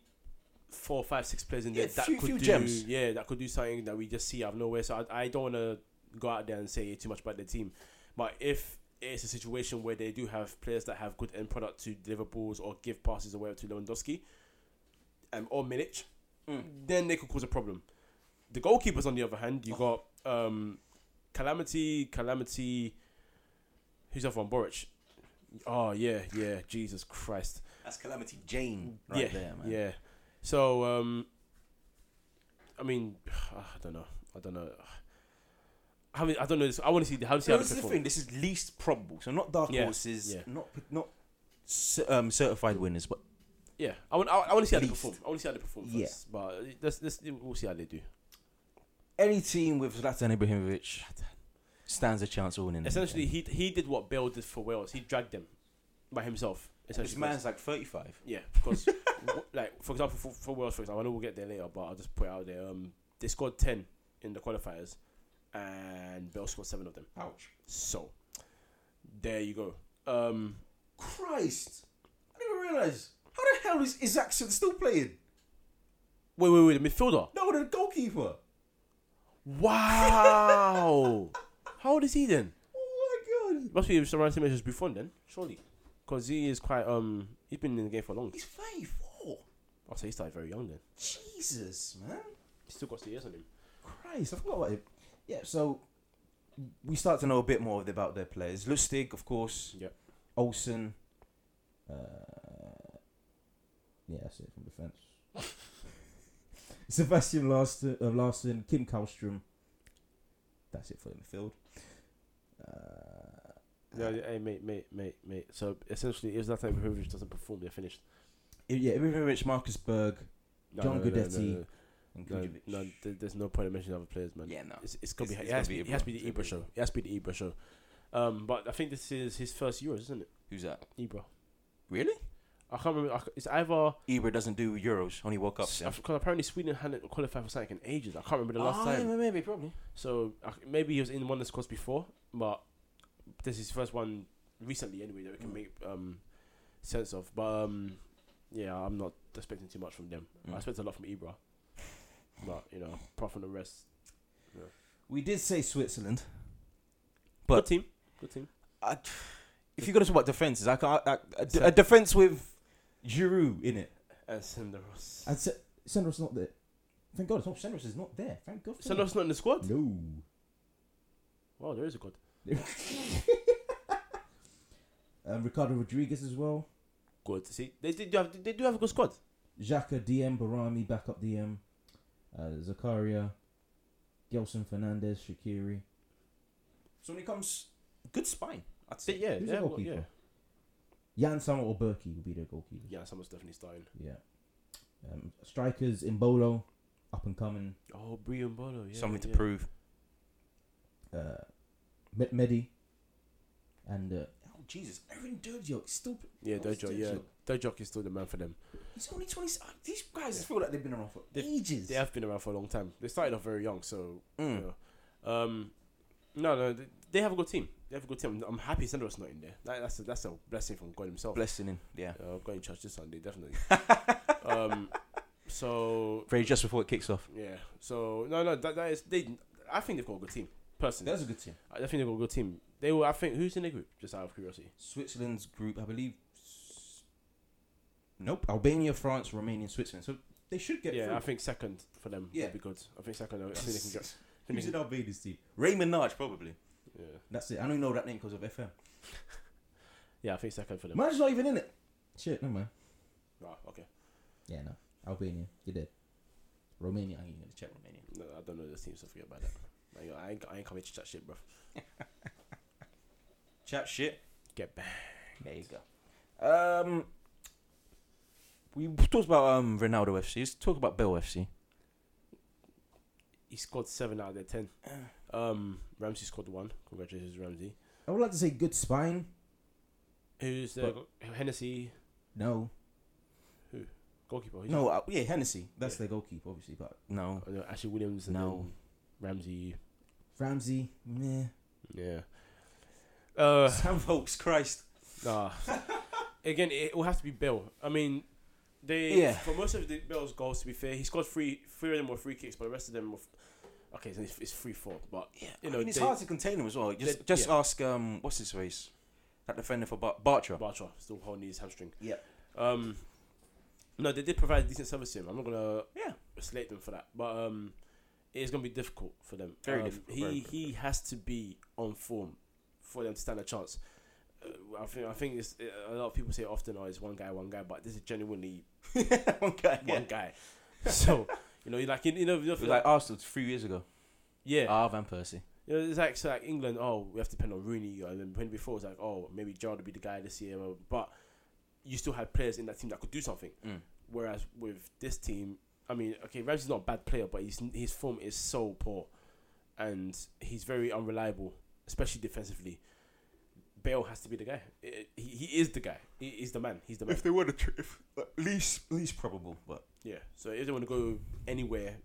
Speaker 2: four, five, six players in there
Speaker 3: Yeah,
Speaker 2: that
Speaker 3: few-
Speaker 2: could
Speaker 3: few
Speaker 2: do,
Speaker 3: gems.
Speaker 2: yeah, that could do something that we just see out of nowhere. So I, I don't want to go out there and say too much about the team, but if it's a situation where they do have players that have good end product to deliver balls or give passes away to Lewandowski, um, or Milic,
Speaker 3: Mm.
Speaker 2: then they could cause a problem. The goalkeepers, on the other hand, you
Speaker 3: Oh.
Speaker 2: got um, Calamity, Calamity. Who's that from? Boric. Oh yeah, yeah. Jesus Christ.
Speaker 3: That's Calamity Jane right
Speaker 2: yeah,
Speaker 3: there, man.
Speaker 2: Yeah. So, um, I mean, I don't know. I don't know. How many, I don't know. This, I want to see. the- How to see
Speaker 3: No,
Speaker 2: how
Speaker 3: this
Speaker 2: they
Speaker 3: is the
Speaker 2: perform.
Speaker 3: thing. This is least probable. So not dark
Speaker 2: Yeah,
Speaker 3: horses,
Speaker 2: yeah.
Speaker 3: not not cer- um, certified winners, but
Speaker 2: Yeah, I want. I, want to see how they
Speaker 3: Least.
Speaker 2: perform. I want to see how they perform first.
Speaker 3: Yeah.
Speaker 2: But this, this, we'll see how they do.
Speaker 3: any team with Zlatan Ibrahimovic stands a chance of winning.
Speaker 2: Essentially, he he did what Bale did for Wales. He dragged them by himself.
Speaker 3: this
Speaker 2: Essentially,
Speaker 3: man's like thirty-five.
Speaker 2: Yeah, because w- like for example, for, for Wales, for example, I know we'll get there later, but I'll just put it out there. Um, they scored ten in the qualifiers, and Bale scored seven of them.
Speaker 3: Ouch!
Speaker 2: So there you go. Um,
Speaker 3: Christ! I didn't even realize. How the hell is Isaacson still playing?
Speaker 2: wait, wait, wait. The midfielder.
Speaker 3: No, the goalkeeper.
Speaker 2: Wow. How old is he then?
Speaker 3: Oh my god!
Speaker 2: Must be around same age as Buffon then, surely, because he is quite um. He's been in the game for long.
Speaker 3: He's thirty-four.
Speaker 2: I'll say he started very young then.
Speaker 3: Jesus, man!
Speaker 2: He's still got two years on him.
Speaker 3: Christ, I forgot about it. Yeah, so we start to know a bit more of- about their players. Lustig, of course.
Speaker 2: Yep.
Speaker 3: Olsen. Uh, yeah, that's it from defence. Sebastian Larson, uh, Larson, Kim Karlstrom. That's it for the midfield. Uh,
Speaker 2: Yeah, yeah, hey, mate, mate, mate, mate. So essentially, if that type of privilege doesn't perform, they're finished.
Speaker 3: yeah, Ibrahimovic, Marcus Berg,
Speaker 2: No,
Speaker 3: John
Speaker 2: no, no, no,
Speaker 3: Guidetti
Speaker 2: no, no.
Speaker 3: and
Speaker 2: No,
Speaker 3: Kujovic.
Speaker 2: no, th- there's no point in mentioning other players, man.
Speaker 3: yeah, no.
Speaker 2: It's, it's gonna be.
Speaker 3: It's-
Speaker 2: It
Speaker 3: it's
Speaker 2: has,
Speaker 3: gonna be
Speaker 2: it has to be
Speaker 3: Ibra.
Speaker 2: the Ibra show. It has to be the Ibra show. Um, but I think this is his first Euros, isn't it?
Speaker 3: Who's that?
Speaker 2: Ibra.
Speaker 3: Really?
Speaker 2: I can't remember. I c- It's either
Speaker 3: Ibra doesn't do Euros, only World Cups. Yeah.
Speaker 2: because apparently Sweden hadn't qualified for something in ages. I can't remember the last
Speaker 3: Ah,
Speaker 2: time.
Speaker 3: yeah, maybe, probably.
Speaker 2: So I c- maybe he was in one of the squads before, but this is his first one recently anyway that we can
Speaker 3: Mm.
Speaker 2: make um, sense of. But um, yeah, I'm not expecting too much from them. I
Speaker 3: Mm.
Speaker 2: expect a lot from Ibra, but you know, apart from the rest,
Speaker 3: We did say Switzerland.
Speaker 2: good
Speaker 3: But-
Speaker 2: team, good team.
Speaker 3: I, if you're gonna talk about defenses, I can't. I, a, d- a defense with Giroud in it.
Speaker 2: And Senderos.
Speaker 3: And Se- Senros not there. Thank God, it's not Senros is not there. Thank God. For that.
Speaker 2: Senderos not in the squad.
Speaker 3: No.
Speaker 2: Wow, there is a god.
Speaker 3: Um, Ricardo Rodriguez as well.
Speaker 2: Good to see. They, they do have. They do have a good squad.
Speaker 3: Xhaka, DM, Barami, backup DM. Uh, Zakaria, Gelson, Fernandez, Shakiri. So when it comes, good spine. I'd
Speaker 2: They, yeah,
Speaker 3: Who's
Speaker 2: they
Speaker 3: the
Speaker 2: have a good, yeah.
Speaker 3: goalkeeper? Jan Summer or Berkey will be their goalkeepers.
Speaker 2: Yeah, someone's definitely starting.
Speaker 3: Yeah. Um, strikers, Imbolo, up and coming.
Speaker 2: Oh, Brian Bolo. Yeah,
Speaker 3: Something to
Speaker 2: yeah.
Speaker 3: prove. Uh, Med- Medi. And. Uh, oh, Jesus. Aaron Durdiok still.
Speaker 2: Yeah,
Speaker 3: Oh, it's
Speaker 2: Dojo. Yeah,
Speaker 3: Dojo.
Speaker 2: Dojo is still the man for them.
Speaker 3: He's only 20.
Speaker 1: uh,
Speaker 3: These guys
Speaker 2: Yeah.
Speaker 3: feel like they've been around for
Speaker 2: They've-
Speaker 3: ages.
Speaker 2: They have been around for a long time. They started off very young, so
Speaker 3: Mm.
Speaker 2: you know. um, no, no, they, they have a good team. They have a good team. I'm happy Senderos not in there. That, that's a, that's a blessing from God himself.
Speaker 3: Blessing him, yeah.
Speaker 2: uh, I'm going to church this Sunday, definitely. um, so
Speaker 3: Very just before it kicks off.
Speaker 2: yeah, so no, no, that, that is they. I think they've got a good team. Personally,
Speaker 3: That's a good team.
Speaker 2: I think they've got a good team. They were. I think who's in the group? Just out of curiosity.
Speaker 3: Switzerland's group, I believe. s- Nope. Albania, France, Romania, and Switzerland. So
Speaker 1: They should get
Speaker 2: yeah,
Speaker 1: through.
Speaker 2: I think second for them
Speaker 1: Yeah.
Speaker 2: would be good. I think second. I think they can get. I think
Speaker 1: Who's
Speaker 2: they
Speaker 1: in
Speaker 2: can-
Speaker 1: Albania's team? Raymond Narch, probably.
Speaker 2: Yeah.
Speaker 1: That's it. I only know that name because of FM.
Speaker 2: yeah, I think second for them.
Speaker 1: Man's not even in it. Shit, no man.
Speaker 2: Right, okay.
Speaker 1: Yeah, no. Albania, you're dead. Romania, I ain't gonna check Romania.
Speaker 2: No, I don't know this team, so forget about that. Like, I ain't, I ain't coming to chat shit, bro.
Speaker 1: Chat shit.
Speaker 2: Get back.
Speaker 3: There you go.
Speaker 1: Um,
Speaker 3: We talked about um, Ronaldo FC. Let's talk about Bell FC.
Speaker 2: He scored seven out of their ten.
Speaker 3: Uh.
Speaker 2: Um, Ramsey scored one. Congratulations, Ramsey.
Speaker 1: I would like to say good spine.
Speaker 2: Who's uh, Hennessy
Speaker 1: No,
Speaker 2: goalkeeper? Who's
Speaker 1: no, uh, yeah, Hennessy. That's
Speaker 2: Yeah.
Speaker 1: their goalkeeper, obviously. But
Speaker 3: No.
Speaker 2: Oh, no, Ashley Williams and
Speaker 3: No.
Speaker 2: then Ramsey.
Speaker 1: Ramsey, meh.
Speaker 2: Yeah. Uh,
Speaker 1: Sam Volks, Christ.
Speaker 2: nah. Again, it will have to be Bell. I mean, they
Speaker 3: Yeah.
Speaker 2: for most of the Bell's goals. To be fair, he scored three, three of them were free kicks, but the rest of them were. F- okay, so it's, it's free four, but
Speaker 3: Yeah,
Speaker 2: You
Speaker 3: you
Speaker 2: know,
Speaker 3: know, I mean, it's
Speaker 2: they-
Speaker 3: hard to contain him as well. Just,
Speaker 2: they-
Speaker 3: just
Speaker 2: yeah.
Speaker 3: ask um, what's his face, that defender for Bar- Bartra.
Speaker 2: Bartra still holding his hamstring.
Speaker 1: Yep.
Speaker 2: Um, no, they did provide decent service to him. I'm not gonna
Speaker 3: Yeah.
Speaker 2: slate them for that, but um, it's gonna be difficult for them.
Speaker 3: Very
Speaker 2: Um,
Speaker 3: difficult,
Speaker 2: He
Speaker 3: very
Speaker 2: he has to be on form for them to stand a chance. Uh, I think I think it's, uh, a lot of people say often, "Oh, it's one guy, one guy," but this is genuinely
Speaker 3: one guy. Yeah.
Speaker 2: one guy. So you know, you like you know, you know
Speaker 3: It was like Arsenal three years ago.
Speaker 2: yeah,
Speaker 3: Ah, Van Persie.
Speaker 2: You know, it's like so like England. Oh, we have to depend on Rooney. And then when before it's like, oh, maybe Gerrard will be the guy this year. uh, But you still had players in that team that could do something.
Speaker 3: Mm.
Speaker 2: Whereas with this team, I mean, okay, Ramsey's not a bad player, but his his form is so poor, and he's very unreliable, especially defensively. Bale has to be the guy. I- I- he, he is the guy. He, he's the man. He's the man.
Speaker 1: they were the if least least probable, but
Speaker 2: yeah. So if they want to go anywhere,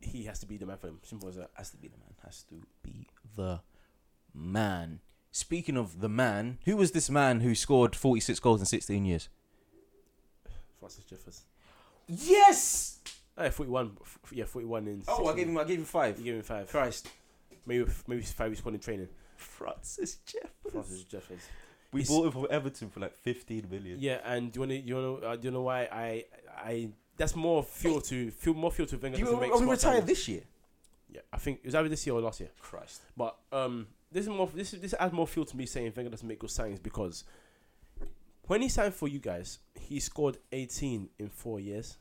Speaker 2: he has to be the man for them. Simple as that.
Speaker 3: Has to be the man. Has to be the man. Speaking of the man, who was this man who scored 46 goals in 16 years?
Speaker 2: Francis Jeffers.
Speaker 3: Yes.
Speaker 2: Oh, yeah, forty-one. F- Yeah, forty-one in.
Speaker 3: Oh, I
Speaker 2: 16.
Speaker 3: gave him. I gave him five.
Speaker 2: You give him five.
Speaker 3: Christ,
Speaker 2: Maybe maybe it's five. He's scored in training.
Speaker 1: Francis Jeffers.
Speaker 2: Francis Jeffers.
Speaker 1: We
Speaker 2: It's-
Speaker 1: bought him from Everton for like fifteen million.
Speaker 2: Yeah, and do you wanna you wanna uh, do you know why I I that's more fuel to fuel more fuel to Wenger.
Speaker 3: you
Speaker 2: doesn't make
Speaker 3: only
Speaker 2: smart
Speaker 3: retired
Speaker 2: signings.
Speaker 3: this year.
Speaker 2: Yeah, I think it was either this year or last year.
Speaker 3: Christ.
Speaker 2: But um, this is more this is this adds more fuel to me saying Wenger doesn't make good signings because when he signed for you guys, he scored eighteen in four years.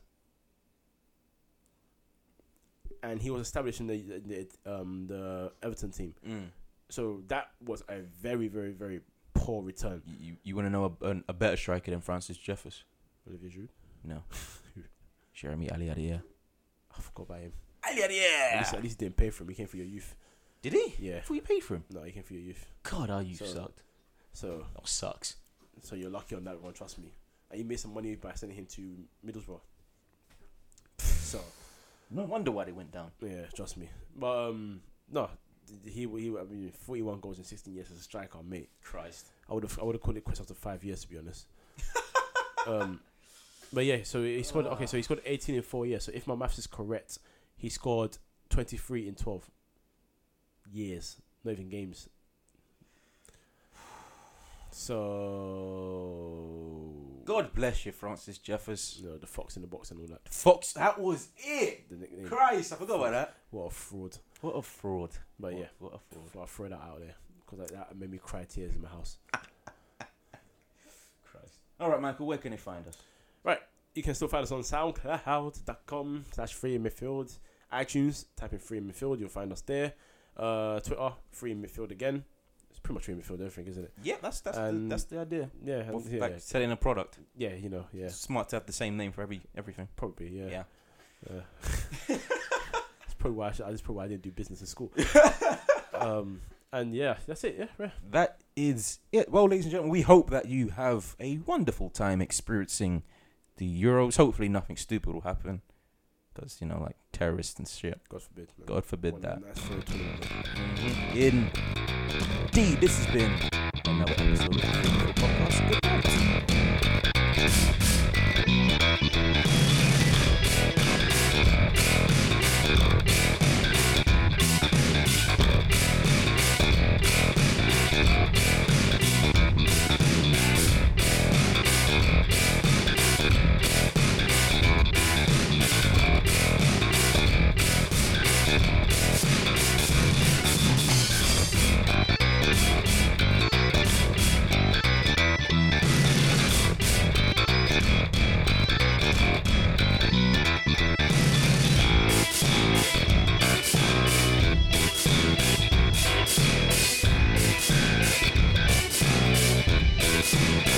Speaker 2: And he was established in the, the um the Everton team,
Speaker 3: Mm.
Speaker 2: so that was a very very very poor return.
Speaker 3: You, you, want to know a, a, a better striker than Francis Jeffers?
Speaker 2: Olivier Giroud.
Speaker 3: No. Jeremy Aliadia.
Speaker 2: I forgot about him. At, least,
Speaker 3: Aliadia.
Speaker 2: at least he didn't pay for him. He came for your youth.
Speaker 3: Did he?
Speaker 2: Yeah.
Speaker 3: Before you paid for him.
Speaker 2: No, he came for your youth.
Speaker 3: God, our youth
Speaker 2: So-
Speaker 3: sucked.
Speaker 2: So,
Speaker 3: Oh, sucks.
Speaker 2: so you're lucky on that one. Trust me. And you made some money by sending him to Middlesbrough. so,
Speaker 3: No wonder why they went down.
Speaker 2: yeah, trust me. But um, no, th- he he. I mean, 41 goals in 16 years as a striker, mate.
Speaker 3: Christ.
Speaker 2: I would have I would have called it quits after five years to be honest. um, but yeah, so he scored. Okay, so he scored 18 in four years. So if my maths is correct, he scored 23 in 12 years, not even games. So
Speaker 3: God bless you, Francis Jeffers.
Speaker 2: you know, the fox in the box and all that.
Speaker 3: Fox, that was it.
Speaker 2: The nickname.
Speaker 3: Christ, I forgot about that.
Speaker 2: What a fraud!
Speaker 3: What a fraud.
Speaker 2: But yeah,
Speaker 3: what a
Speaker 2: I'll throw that out there because that, that made me cry tears in my house.
Speaker 3: Christ. All right, Michael, where can they find us?
Speaker 2: You can still find us on soundcloud.com slash free midfield. iTunes, type in free midfield, you'll find us there. Uh, Twitter, free midfield again. It's pretty much free midfield, everything, isn't it?
Speaker 3: Yeah, that's that's the,
Speaker 2: And-
Speaker 3: that's the idea.
Speaker 2: Yeah, and-
Speaker 3: Of,
Speaker 2: yeah,
Speaker 3: like selling a product.
Speaker 2: yeah, you know, yeah,
Speaker 3: It's smart to have the same name for every everything.
Speaker 2: probably, yeah.
Speaker 3: Yeah.
Speaker 2: Uh, that's probably why I, should, that's probably why I didn't do business in school. um, and yeah, that's it. Yeah, yeah.
Speaker 3: That is it. Well, ladies and gentlemen, we hope that you have a wonderful time experiencing the Euros. Hopefully, nothing stupid will happen because you know, like terrorists and shit.
Speaker 2: God forbid. man.
Speaker 3: God forbid
Speaker 2: One
Speaker 3: that.
Speaker 2: nice for a tournament.
Speaker 3: Indeed, this has been another episode of the Free Throw Podcast. Good night.
Speaker 1: Peace.